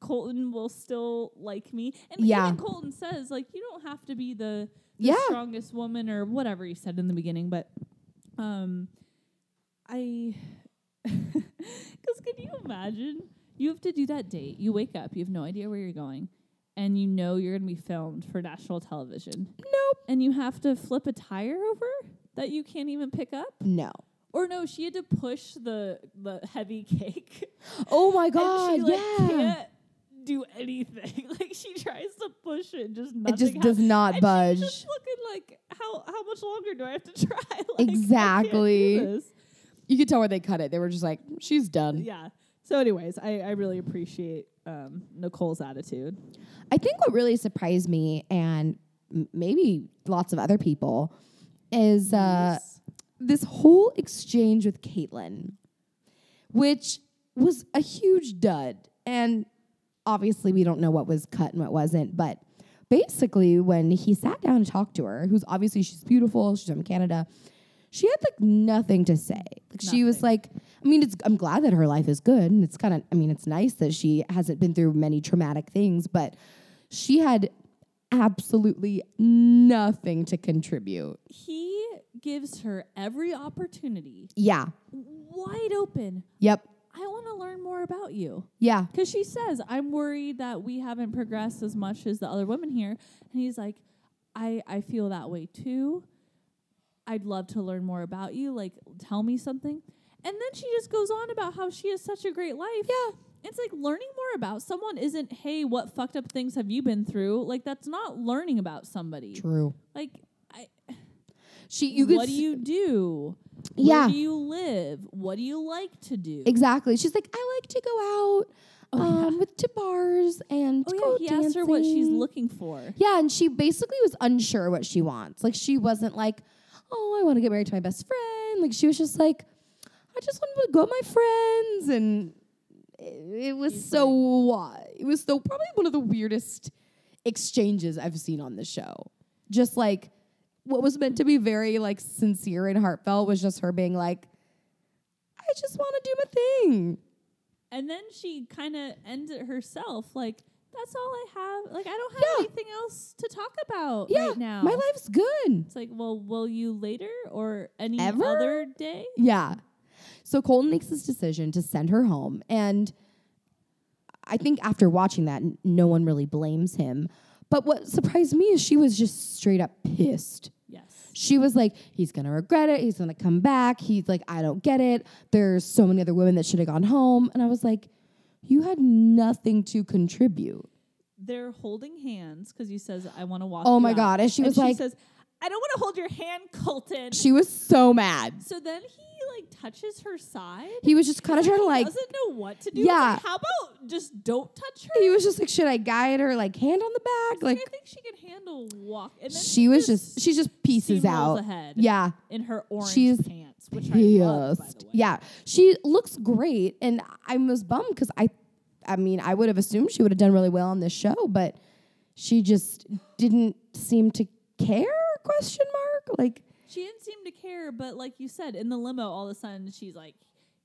A: Colton will still like me. And
B: Yeah.
A: even Colton says, like, you don't have to be the, the
B: Yeah.
A: strongest woman or whatever he said in the beginning. But, um, I, <laughs> because can you imagine? You have to do that date. You wake up. You have no idea where you're going, and you know you're gonna be filmed for national television.
B: nope,
A: And you have to flip a tire over that you can't even pick up.
B: no.
A: Or no, she had to push the the heavy <laughs> cake.
B: Oh my
A: and
B: god,
A: she like
B: yeah,
A: can't do anything. <laughs> like she tries to push it, just nothing.
B: it just
A: happens.
B: does
A: <laughs>
B: not
A: and
B: budge.
A: She's just looking like how how much longer do I have to <laughs> try? Like, I can't do
B: Exactly.
A: this.
B: you could tell where they cut it. They were just like, she's done.
A: Yeah. So, anyways, I I really appreciate um, Nicole's attitude.
B: I think what really surprised me, and m- maybe lots of other people, is uh, this whole exchange with Caitlyn, which was a huge dud. And obviously, we don't know what was cut and what wasn't. But basically, when he sat down to talk to her, who's obviously she's beautiful, she's from Canada, she had like nothing to say. Like she was like, I mean, it's I'm glad that her life is good, and it's kind of, I mean, it's nice that she hasn't been through many traumatic things, but she had absolutely nothing to contribute.
A: he gives her every opportunity,
B: Yeah.
A: wide open.
B: Yep.
A: I want to learn more about you.
B: Yeah.
A: Because she says, I'm worried that we haven't progressed as much as the other women here. And he's like, I, I feel that way too. I'd love to learn more about you. Like, tell me something. And then she just goes on about how she has such a great life. Yeah. It's like learning more about someone isn't, hey, what fucked up things have you been through? Like, that's not learning about somebody.
B: True.
A: Like, I,
B: She you could
A: what do
B: s-
A: you do?
B: Yeah.
A: Where do you live? What do you like to do?
B: exactly. She's like, I like to go out
A: Oh, yeah.
B: um, with to bars and to
A: Oh,
B: go
A: yeah. He asked her what she's
B: dancing."
A: looking for.
B: Yeah, and she basically was unsure what she wants. Like she wasn't like, oh, I want to get married to my best friend. Like she was just like, I just wanted to go with my friends, and it, it was so wa- it was so probably one of the weirdest exchanges I've seen on the show. Just like what was meant to be very like sincere and heartfelt was just her being like, I just want to do my thing.
A: And then she kind of ends it herself. Like, that's all I have. Like, I don't have
B: Yeah.
A: anything else to talk about
B: Yeah,
A: right now.
B: My life's good.
A: It's like, well, will you later or any
B: Ever?
A: other day?
B: Yeah. So Colton makes this decision to send her home. And I think after watching that, n- no one really blames him. But what surprised me is she was just straight up pissed.
A: Yes.
B: She was like, he's gonna regret it. He's gonna come back. He's like, I don't get it. There's so many other women that should have gone home. And I was like, you had nothing to contribute.
A: They're holding hands because he says, I want to walk.
B: Oh
A: you
B: my
A: out."
B: God. And she was like-
A: says, I don't want to hold your hand, Colton.
B: She was so mad.
A: so then he, like, touches her side.
B: He was just kind of trying to like,
A: doesn't know what to do.
B: Yeah.
A: Yeah. How about just don't touch her?
B: he was just like, should I guide her like hand on the back? Like,
A: I think she can handle walk. And then
B: she was just she just pieces
A: steamrolls
B: out.
A: ahead.
B: Yeah.
A: in her orange
B: She's
A: pants, which I love, by
B: Pissed.
A: the way.
B: Yeah. She looks great and I was bummed because I I mean, I would have assumed she would have done really well on this show, but she just didn't seem to care question mark. Like
A: She didn't seem to care, but like you said, in the limo, all of a sudden she's like,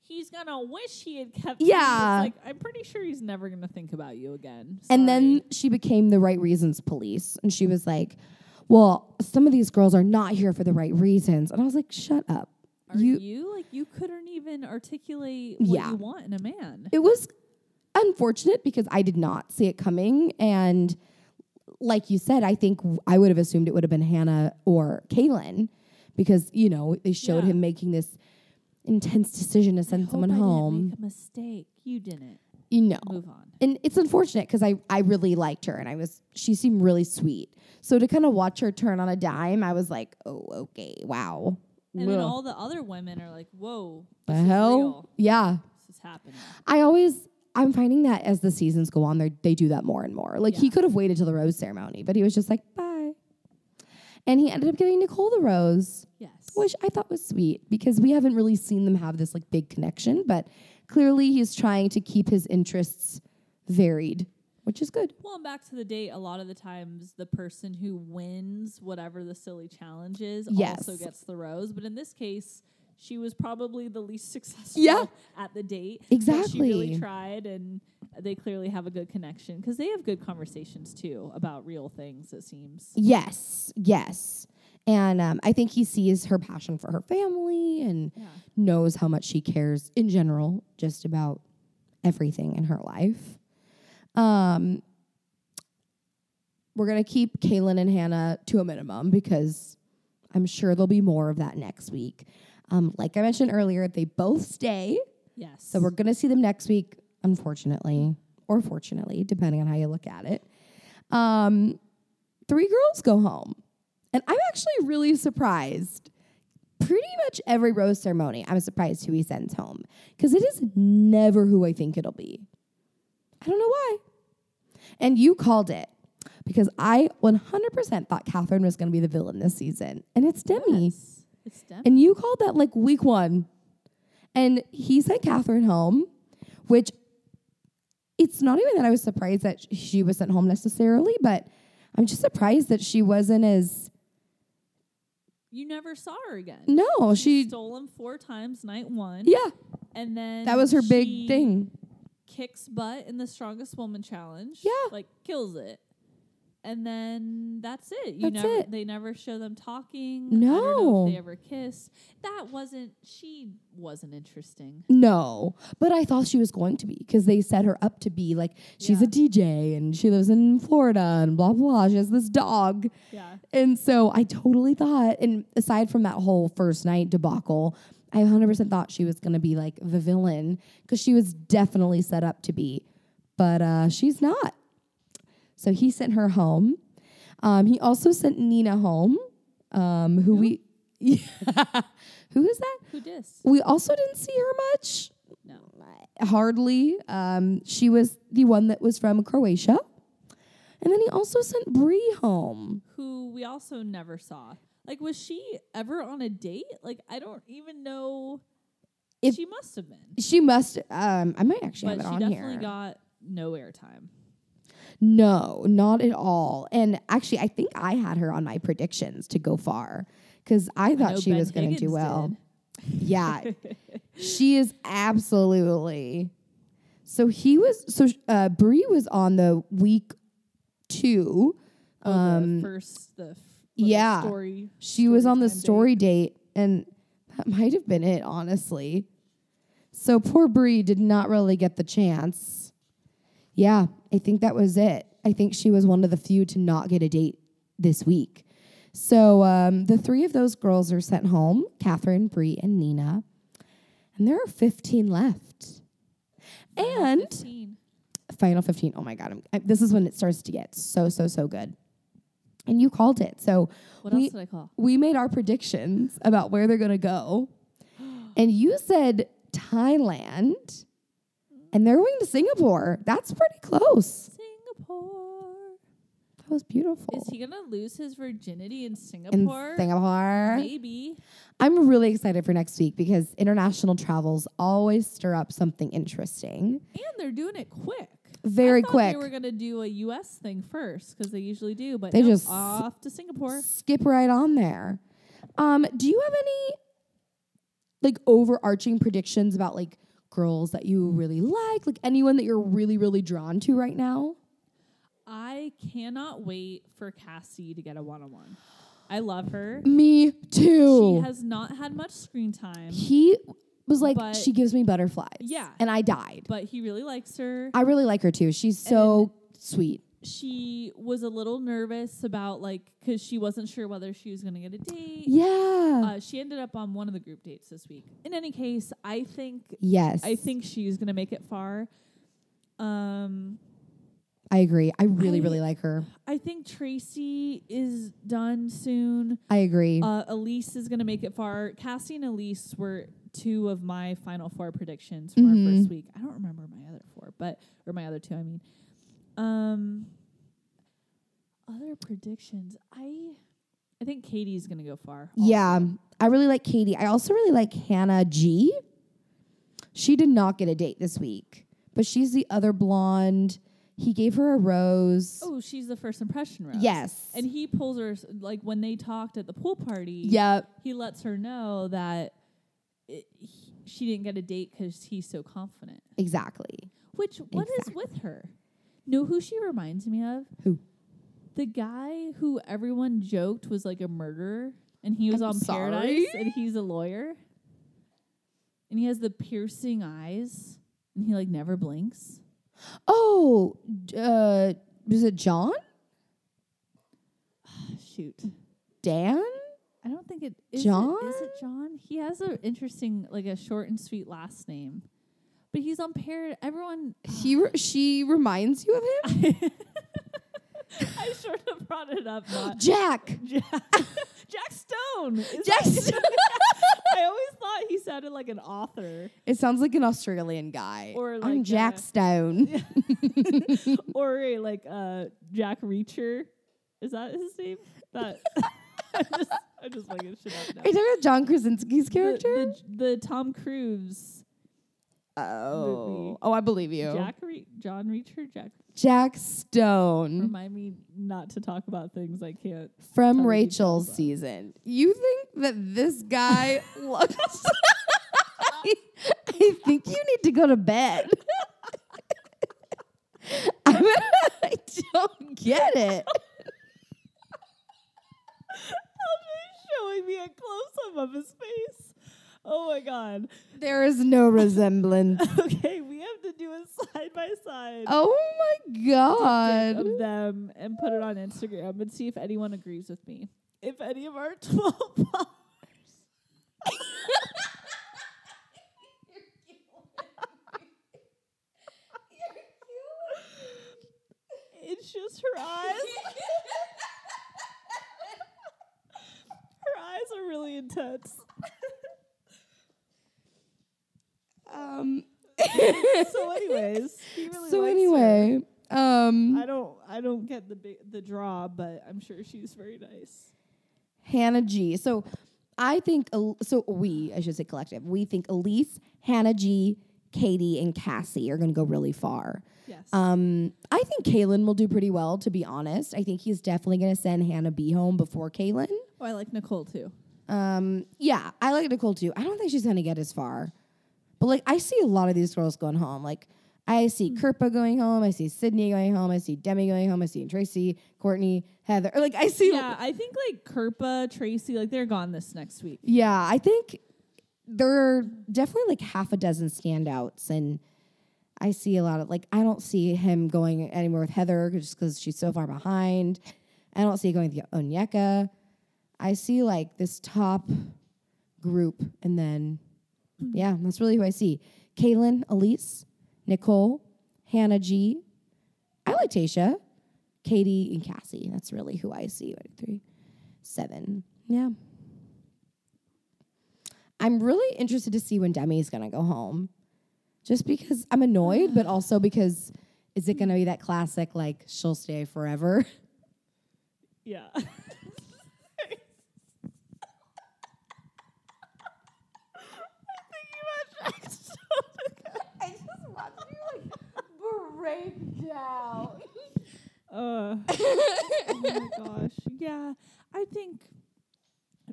A: "He's gonna wish he had kept." me." It's
B: Yeah.
A: like I'm pretty sure he's never gonna think about you again. Sorry.
B: And then she became the right reasons police. And she was like, Well, some of these girls are not here for the right reasons. And I was like, Shut up.
A: are
B: you
A: you, like you couldn't even articulate what
B: Yeah.
A: you want in a man.
B: it was unfortunate because I did not see it coming. And like you said, I think w- I would have assumed it would have been Hannah or Kaylin because, you know, they showed
A: Yeah.
B: him making this intense decision to send
A: Hope
B: someone
A: I didn't
B: home.
A: make a mistake. You didn't.
B: You know.
A: Move on.
B: And it's unfortunate because I, I really liked her and I was she seemed really sweet. So to kind of watch her turn on a dime, I was like, oh, okay, wow.
A: And then
B: Ugh.
A: all the other women are like, "Whoa,
B: the
A: this is
B: hell?
A: real.
B: Yeah.
A: This is happening."
B: I always I'm finding that as the seasons go on, they they do that more and more. Like he
A: Yeah.
B: could have waited till the rose ceremony, but he was just like, bye. And he ended up giving Nicole the rose,
A: Yes.
B: which I thought was sweet because we haven't really seen them have this like big connection, but clearly he's trying to keep his interests varied, which is good.
A: Well, and back to the date, a lot of the times the person who wins whatever the silly challenge is
B: Yes.
A: also gets the rose. But in this case, she was probably the least <laughs> successful
B: Yeah.
A: at the date. But she
B: Exactly.
A: really tried, and they clearly have a good connection because they have good conversations too about real things, it seems.
B: Yes, yes. And um, I think he sees her passion for her family and
A: Yeah.
B: knows how much she cares in general, just about everything in her life. Um, we're gonna keep Kaylin and Hannah to a minimum because I'm sure there'll be more of that next week. Um, like I mentioned earlier, they both stay,
A: Yes.
B: so we're gonna see them next week, unfortunately, or fortunately, depending on how you look at it. Um, three girls go home, and I'm actually really surprised. Pretty much every rose ceremony, I'm surprised who he sends home because it is never who I think it'll be. I don't know why. And you called it because I 100% thought Catherine was going to be the villain this season, and it's Demi.
A: Yes. It's done.
B: And you called that like week one. And he sent Catherine home, which it's not even that I was surprised that sh- she was sent home necessarily, but I'm just surprised that she wasn't as
A: you never saw her again.
B: no,
A: She,
B: she
A: stole him four times night one.
B: yeah,
A: And then
B: that was her
A: she
B: big thing.
A: kicks butt in the strongest woman challenge.
B: Yeah.
A: Like kills it. And then that's it. You
B: That's
A: never
B: it.
A: they never show them talking. I don't know
B: No.
A: if they ever kiss. That wasn't she wasn't interesting.
B: No, but I thought she was going to be because they set her up to be like she's a
A: Yeah.
B: DJ and she lives in Florida and blah blah. She has this dog.
A: Yeah.
B: And so I totally thought, and aside from that whole first night debacle, I 100% thought she was going to be like the villain because she was definitely set up to be, but uh, she's not. So he sent her home. Um, he also sent Nina home, um, who we. <laughs> who is that?
A: Who dis?
B: We also didn't see her much,
A: No.
B: hardly. Um, she was the one that was from Croatia. And then he also sent Bree home.
A: Who we also never saw. Like was she ever on a date? Like I don't even know
B: If-
A: she must have been,
B: She must. Um, I might actually
A: but
B: have it
A: she
B: on
A: definitely
B: here.
A: got no airtime.
B: No, not at all. And actually, I think I had her on my predictions to go far because I thought
A: know
B: she
A: Ben
B: was going to
A: Higgins
B: do well.
A: did.
B: Yeah,
A: <laughs>
B: she is absolutely. So he was. So uh, Brie was on the week two.
A: Oh, the
B: Um,
A: first the f- little
B: yeah.
A: story.
B: She was
A: story
B: on the
A: time
B: story date, and that <laughs> might have been it, honestly. So poor Brie did not really get the chance. Yeah, I think that was it. I think she was one of the few to not get a date this week. So um, the three of those girls are sent home Catherine, Brie, and Nina. And there are 15 left.
A: Final
B: And
A: 15.
B: Final 15. Oh my God. I'm, I, this is when it starts to get so, so, so good. And you called it. So
A: what
B: we,
A: else did I call?
B: we made our predictions about where they're going
A: <gasps>
B: to go. And you said Thailand, and they're going to Singapore. That's pretty close.
A: Singapore.
B: That was beautiful.
A: Is he gonna lose his virginity in
B: In
A: Singapore?
B: Singapore.
A: Maybe.
B: I'm really excited for next week because international travels always stir up something interesting.
A: And they're doing it quick.
B: Very
A: I thought
B: quick.
A: They were gonna do a U.S. thing first because they usually do, but
B: They
A: they
B: just-
A: just off to Singapore.
B: Skip right on there. Um, do you have any like overarching predictions about like girls that you really like, like anyone that you're really, really drawn to right now?
A: I cannot wait for Cassie to get a one-on-one. I love her.
B: Me too.
A: She has not had much screen time,
B: he was like,
A: But-
B: she gives me butterflies.
A: Yeah.
B: And I died.
A: but he really likes her.
B: I really like her too. She's so sweet.
A: she was a little nervous about like because she wasn't sure whether she was gonna get a date.
B: Yeah. <laughs>
A: Uh, she ended up on one of the group dates this week. In any case, I think
B: yes.
A: I think she's gonna make it far. Um,
B: I agree. I really,
A: I-
B: really like her.
A: I think Tracy is done soon.
B: I agree.
A: Uh, Elise is gonna make it far. Cassie and Elise were two of my final four predictions from our
B: Mhm.
A: first week. I don't remember my other four, but or my other two. I mean, um, other predictions. I I think Katie's gonna go far. also.
B: yeah. I really like Katie. I also really like Hannah G. She did not get a date this week, but she's the other blonde. He gave her a rose.
A: Oh, she's the first impression rose.
B: yes.
A: And he pulls her like when they talked at the pool party.
B: yeah.
A: he lets her know that it, he, she didn't get a date because he's so confident.
B: Exactly.
A: Which what is with her? Know who she reminds me of?
B: Who?
A: The guy who everyone joked was like a murderer, and he was
B: I'm
A: on
B: sorry?
A: Paradise, and he's a lawyer, and he has the piercing eyes, and he like never blinks.
B: Oh, uh, was it John?
A: Shoot,
B: Dan?
A: I don't think it is. It, is
B: John?
A: it John? He has an interesting, like a short and sweet last name, but he's on Paradise. Everyone, <laughs> <gasps>
B: He re- she reminds you of him?
A: I sort of brought it up. Not
B: Jack.
A: <laughs> Jack, Jack Stone. Is <laughs>
B: Jack
A: that-
B: Stone.
A: I always thought he sounded like an author
B: <laughs> It sounds like an Australian guy.
A: Or
B: I'm
A: like
B: Jack
A: a- <laughs>
B: Stone.
A: or a, like uh, Jack Reacher. Is that his name? That <laughs> I just I just making shit up now.
B: Are you talking about John Krasinski's
A: The,
B: character?
A: the, the Tom Cruise,
B: oh. Oh, I believe you. Jack,
A: Jack Re- John Reacher, Jack.
B: Stone
A: Remind me not to talk about things I can't.
B: from
A: Tell me
B: Rachel's
A: details about-
B: season. You think that this
A: <laughs>
B: guy looks. I, I think you need to go to bed. <laughs> I'm, I don't get it.
A: Showing me a close up of his face. Oh my god. <laughs>
B: There is no resemblance.
A: Okay, we have to do a side by side.
B: Oh my god.
A: of them and put it on Instagram and see if anyone agrees with me. If any of our <laughs> 12 followers. It's just her eyes. <laughs> Her eyes are really intense.
B: Um
A: <laughs> So, anyways, he really likes
B: so
A: her.
B: anyway, um
A: I don't, I don't get the big, the draw, but I'm sure she's very nice.
B: Hannah G. So I think El- so. We, I should say, collective. We think Elise, Hannah G, Katie, and Cassie are going to go really far.
A: Yes.
B: Um, I think Kalen will do pretty well. To be honest, I think he's definitely going to send Hannah B home before Kalen.
A: oh, I like Nicole too.
B: Um, yeah, I like Nicole too. I don't think she's gonna get as far. But like I see a lot of these girls going home. Like I see
A: Hmm.
B: Kerpa going home, I see Sydney going home, I see Demi going home, I see Tracy, Courtney, Heather. Like I see
A: Yeah, I think like Kerpa, Tracy, like they're gone this next week.
B: Yeah, I think there are definitely like half a dozen standouts and I see a lot of like I don't see him going anywhere with Heather just because she's so far behind. I don't see it going with Onyeka. I see like this top group and then yeah, that's really who I see. Kaylin, Elise, Nicole, Hannah G. I like Tasha, Katie, and Cassie. That's really who I see. One, two, three, seven. Yeah. I'm really interested to see when Demi's gonna go home. Just because I'm annoyed, <sighs> but also because is it gonna be that classic like she'll stay forever?
A: <laughs> Yeah.
B: <laughs> I just watched you like break down.
A: Uh, oh my gosh. Yeah, I think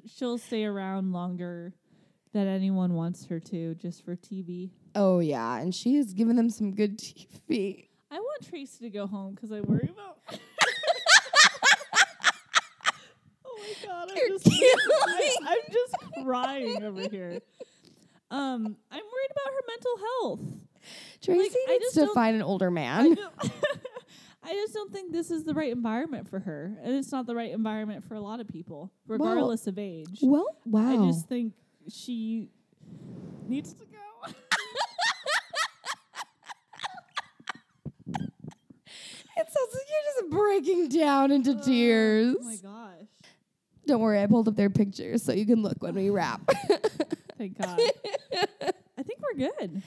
A: she'll stay around longer than anyone wants her to, just for TV.
B: Oh yeah, and she has given them some good <laughs> TV.
A: I want Tracy to go home because I worry about. <laughs> oh my god! I'm
B: You're
A: just, I,
B: <laughs> killing
A: <laughs> I'm just crying over here. Um, I'm worried about her mental health.
B: Tracy
A: I
B: needs
A: just
B: to
A: don't-
B: find an older
A: I
B: man.
A: don't- <laughs> I just don't think this is the right environment for her, and it's not the right environment for a lot of people, regardless of age.
B: Well, wow.
A: I just think she needs to
B: <laughs>
A: go.
B: it sounds like you're just breaking down into tears.
A: Oh my gosh!
B: Don't worry, I pulled up their pictures so you can look when we wrap.
A: Thank God. I think we're good.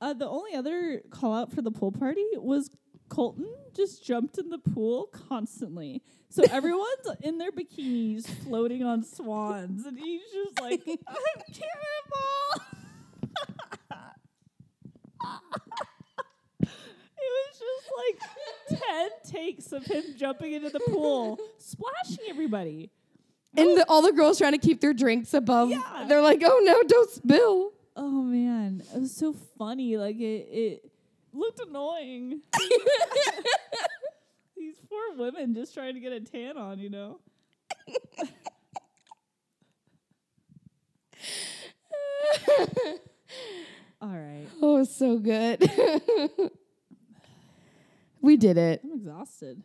A: Uh, the only other call out for the pool party was Colton just jumped in the pool constantly. So everyone's in their bikinis floating on swans, and he's just like, I'm cannonball. <laughs> it was just like 10 takes of him jumping into the pool, splashing everybody.
B: And the, all the girls trying to keep their drinks above.
A: Yeah.
B: They're like, oh no, don't spill. <laughs>
A: Oh man, it was so funny. Like it, it looked
B: <laughs>
A: annoying. These poor women just trying to get a tan on, you know. All right,
B: oh, it's so good. <laughs> we did it. <laughs>
A: I'm exhausted.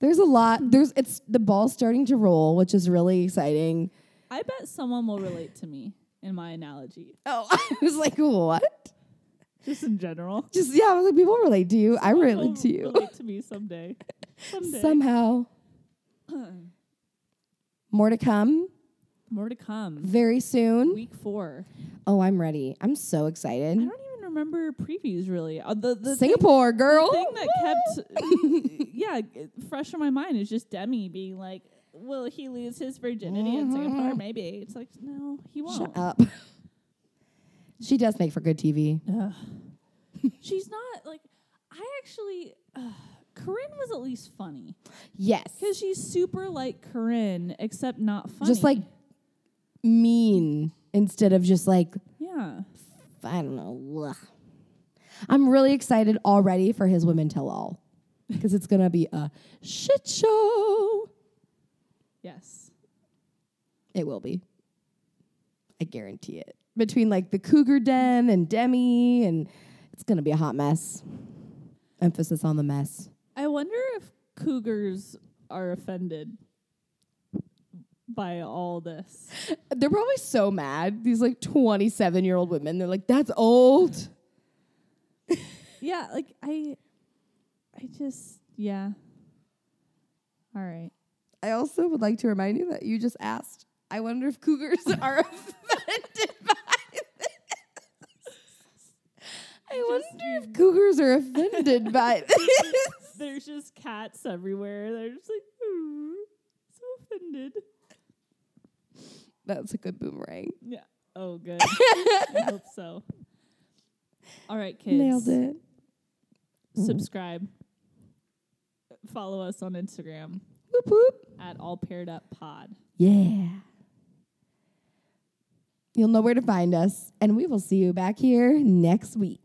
B: There's a lot. There's it's the ball's starting to roll, which is really exciting.
A: I bet someone will relate to me in my analogy,
B: Oh, <laughs> I was like, what?
A: just in general.
B: Just yeah, I was like, people relate to you. I
A: Someone
B: relate
A: will
B: to you.
A: Relate to me someday. Someday.
B: Somehow. More to come
A: More to come.
B: very soon.
A: Week four.
B: Oh, I'm ready. I'm so
A: I
B: excited.
A: don't even remember previews really. Uh, the the thing-
B: Singapore, girl.
A: thing that
B: <laughs>
A: kept yeah g- fresh in my mind is just Demi being like, "Will he lose his virginity in Singapore? Maybe." It's like, no, he won't.
B: Mm-hmm. Shut up. <laughs> she does make for good TV.
A: Ugh. She's not like I actually. Uh, Corinne was at least funny
B: Yes.
A: because she's super like Corinne, except not funny.
B: Just like mean instead of just like,
A: yeah,
B: I don't know. ugh. I'm really excited already for his Women Tell All because it's going to be a shit show.
A: yes,
B: It will be. I guarantee it. Between like the Cougar Den and Demi, and it's going to be a hot mess. Emphasis on the mess.
A: I wonder if cougars are offended by all this.
B: They're probably so mad. These like 27 year old women, they're like, that's old.
A: yeah, like I, I just yeah. All right.
B: I also would like to remind you that you just asked, I wonder if cougars <laughs> are offended by this. I wonder if cougars are offended by <laughs> this.
A: There's just cats everywhere. They're just like "Ooh, so offended.
B: That's a good boomerang.
A: Yeah. Oh, <laughs> good. I hope so. All right, kids.
B: Nailed it.
A: Subscribe. Follow us on Instagram
B: Whoop whoop.
A: at All Paired Up Pod.
B: Yeah. You'll know where to find us, and we will see you back here next week.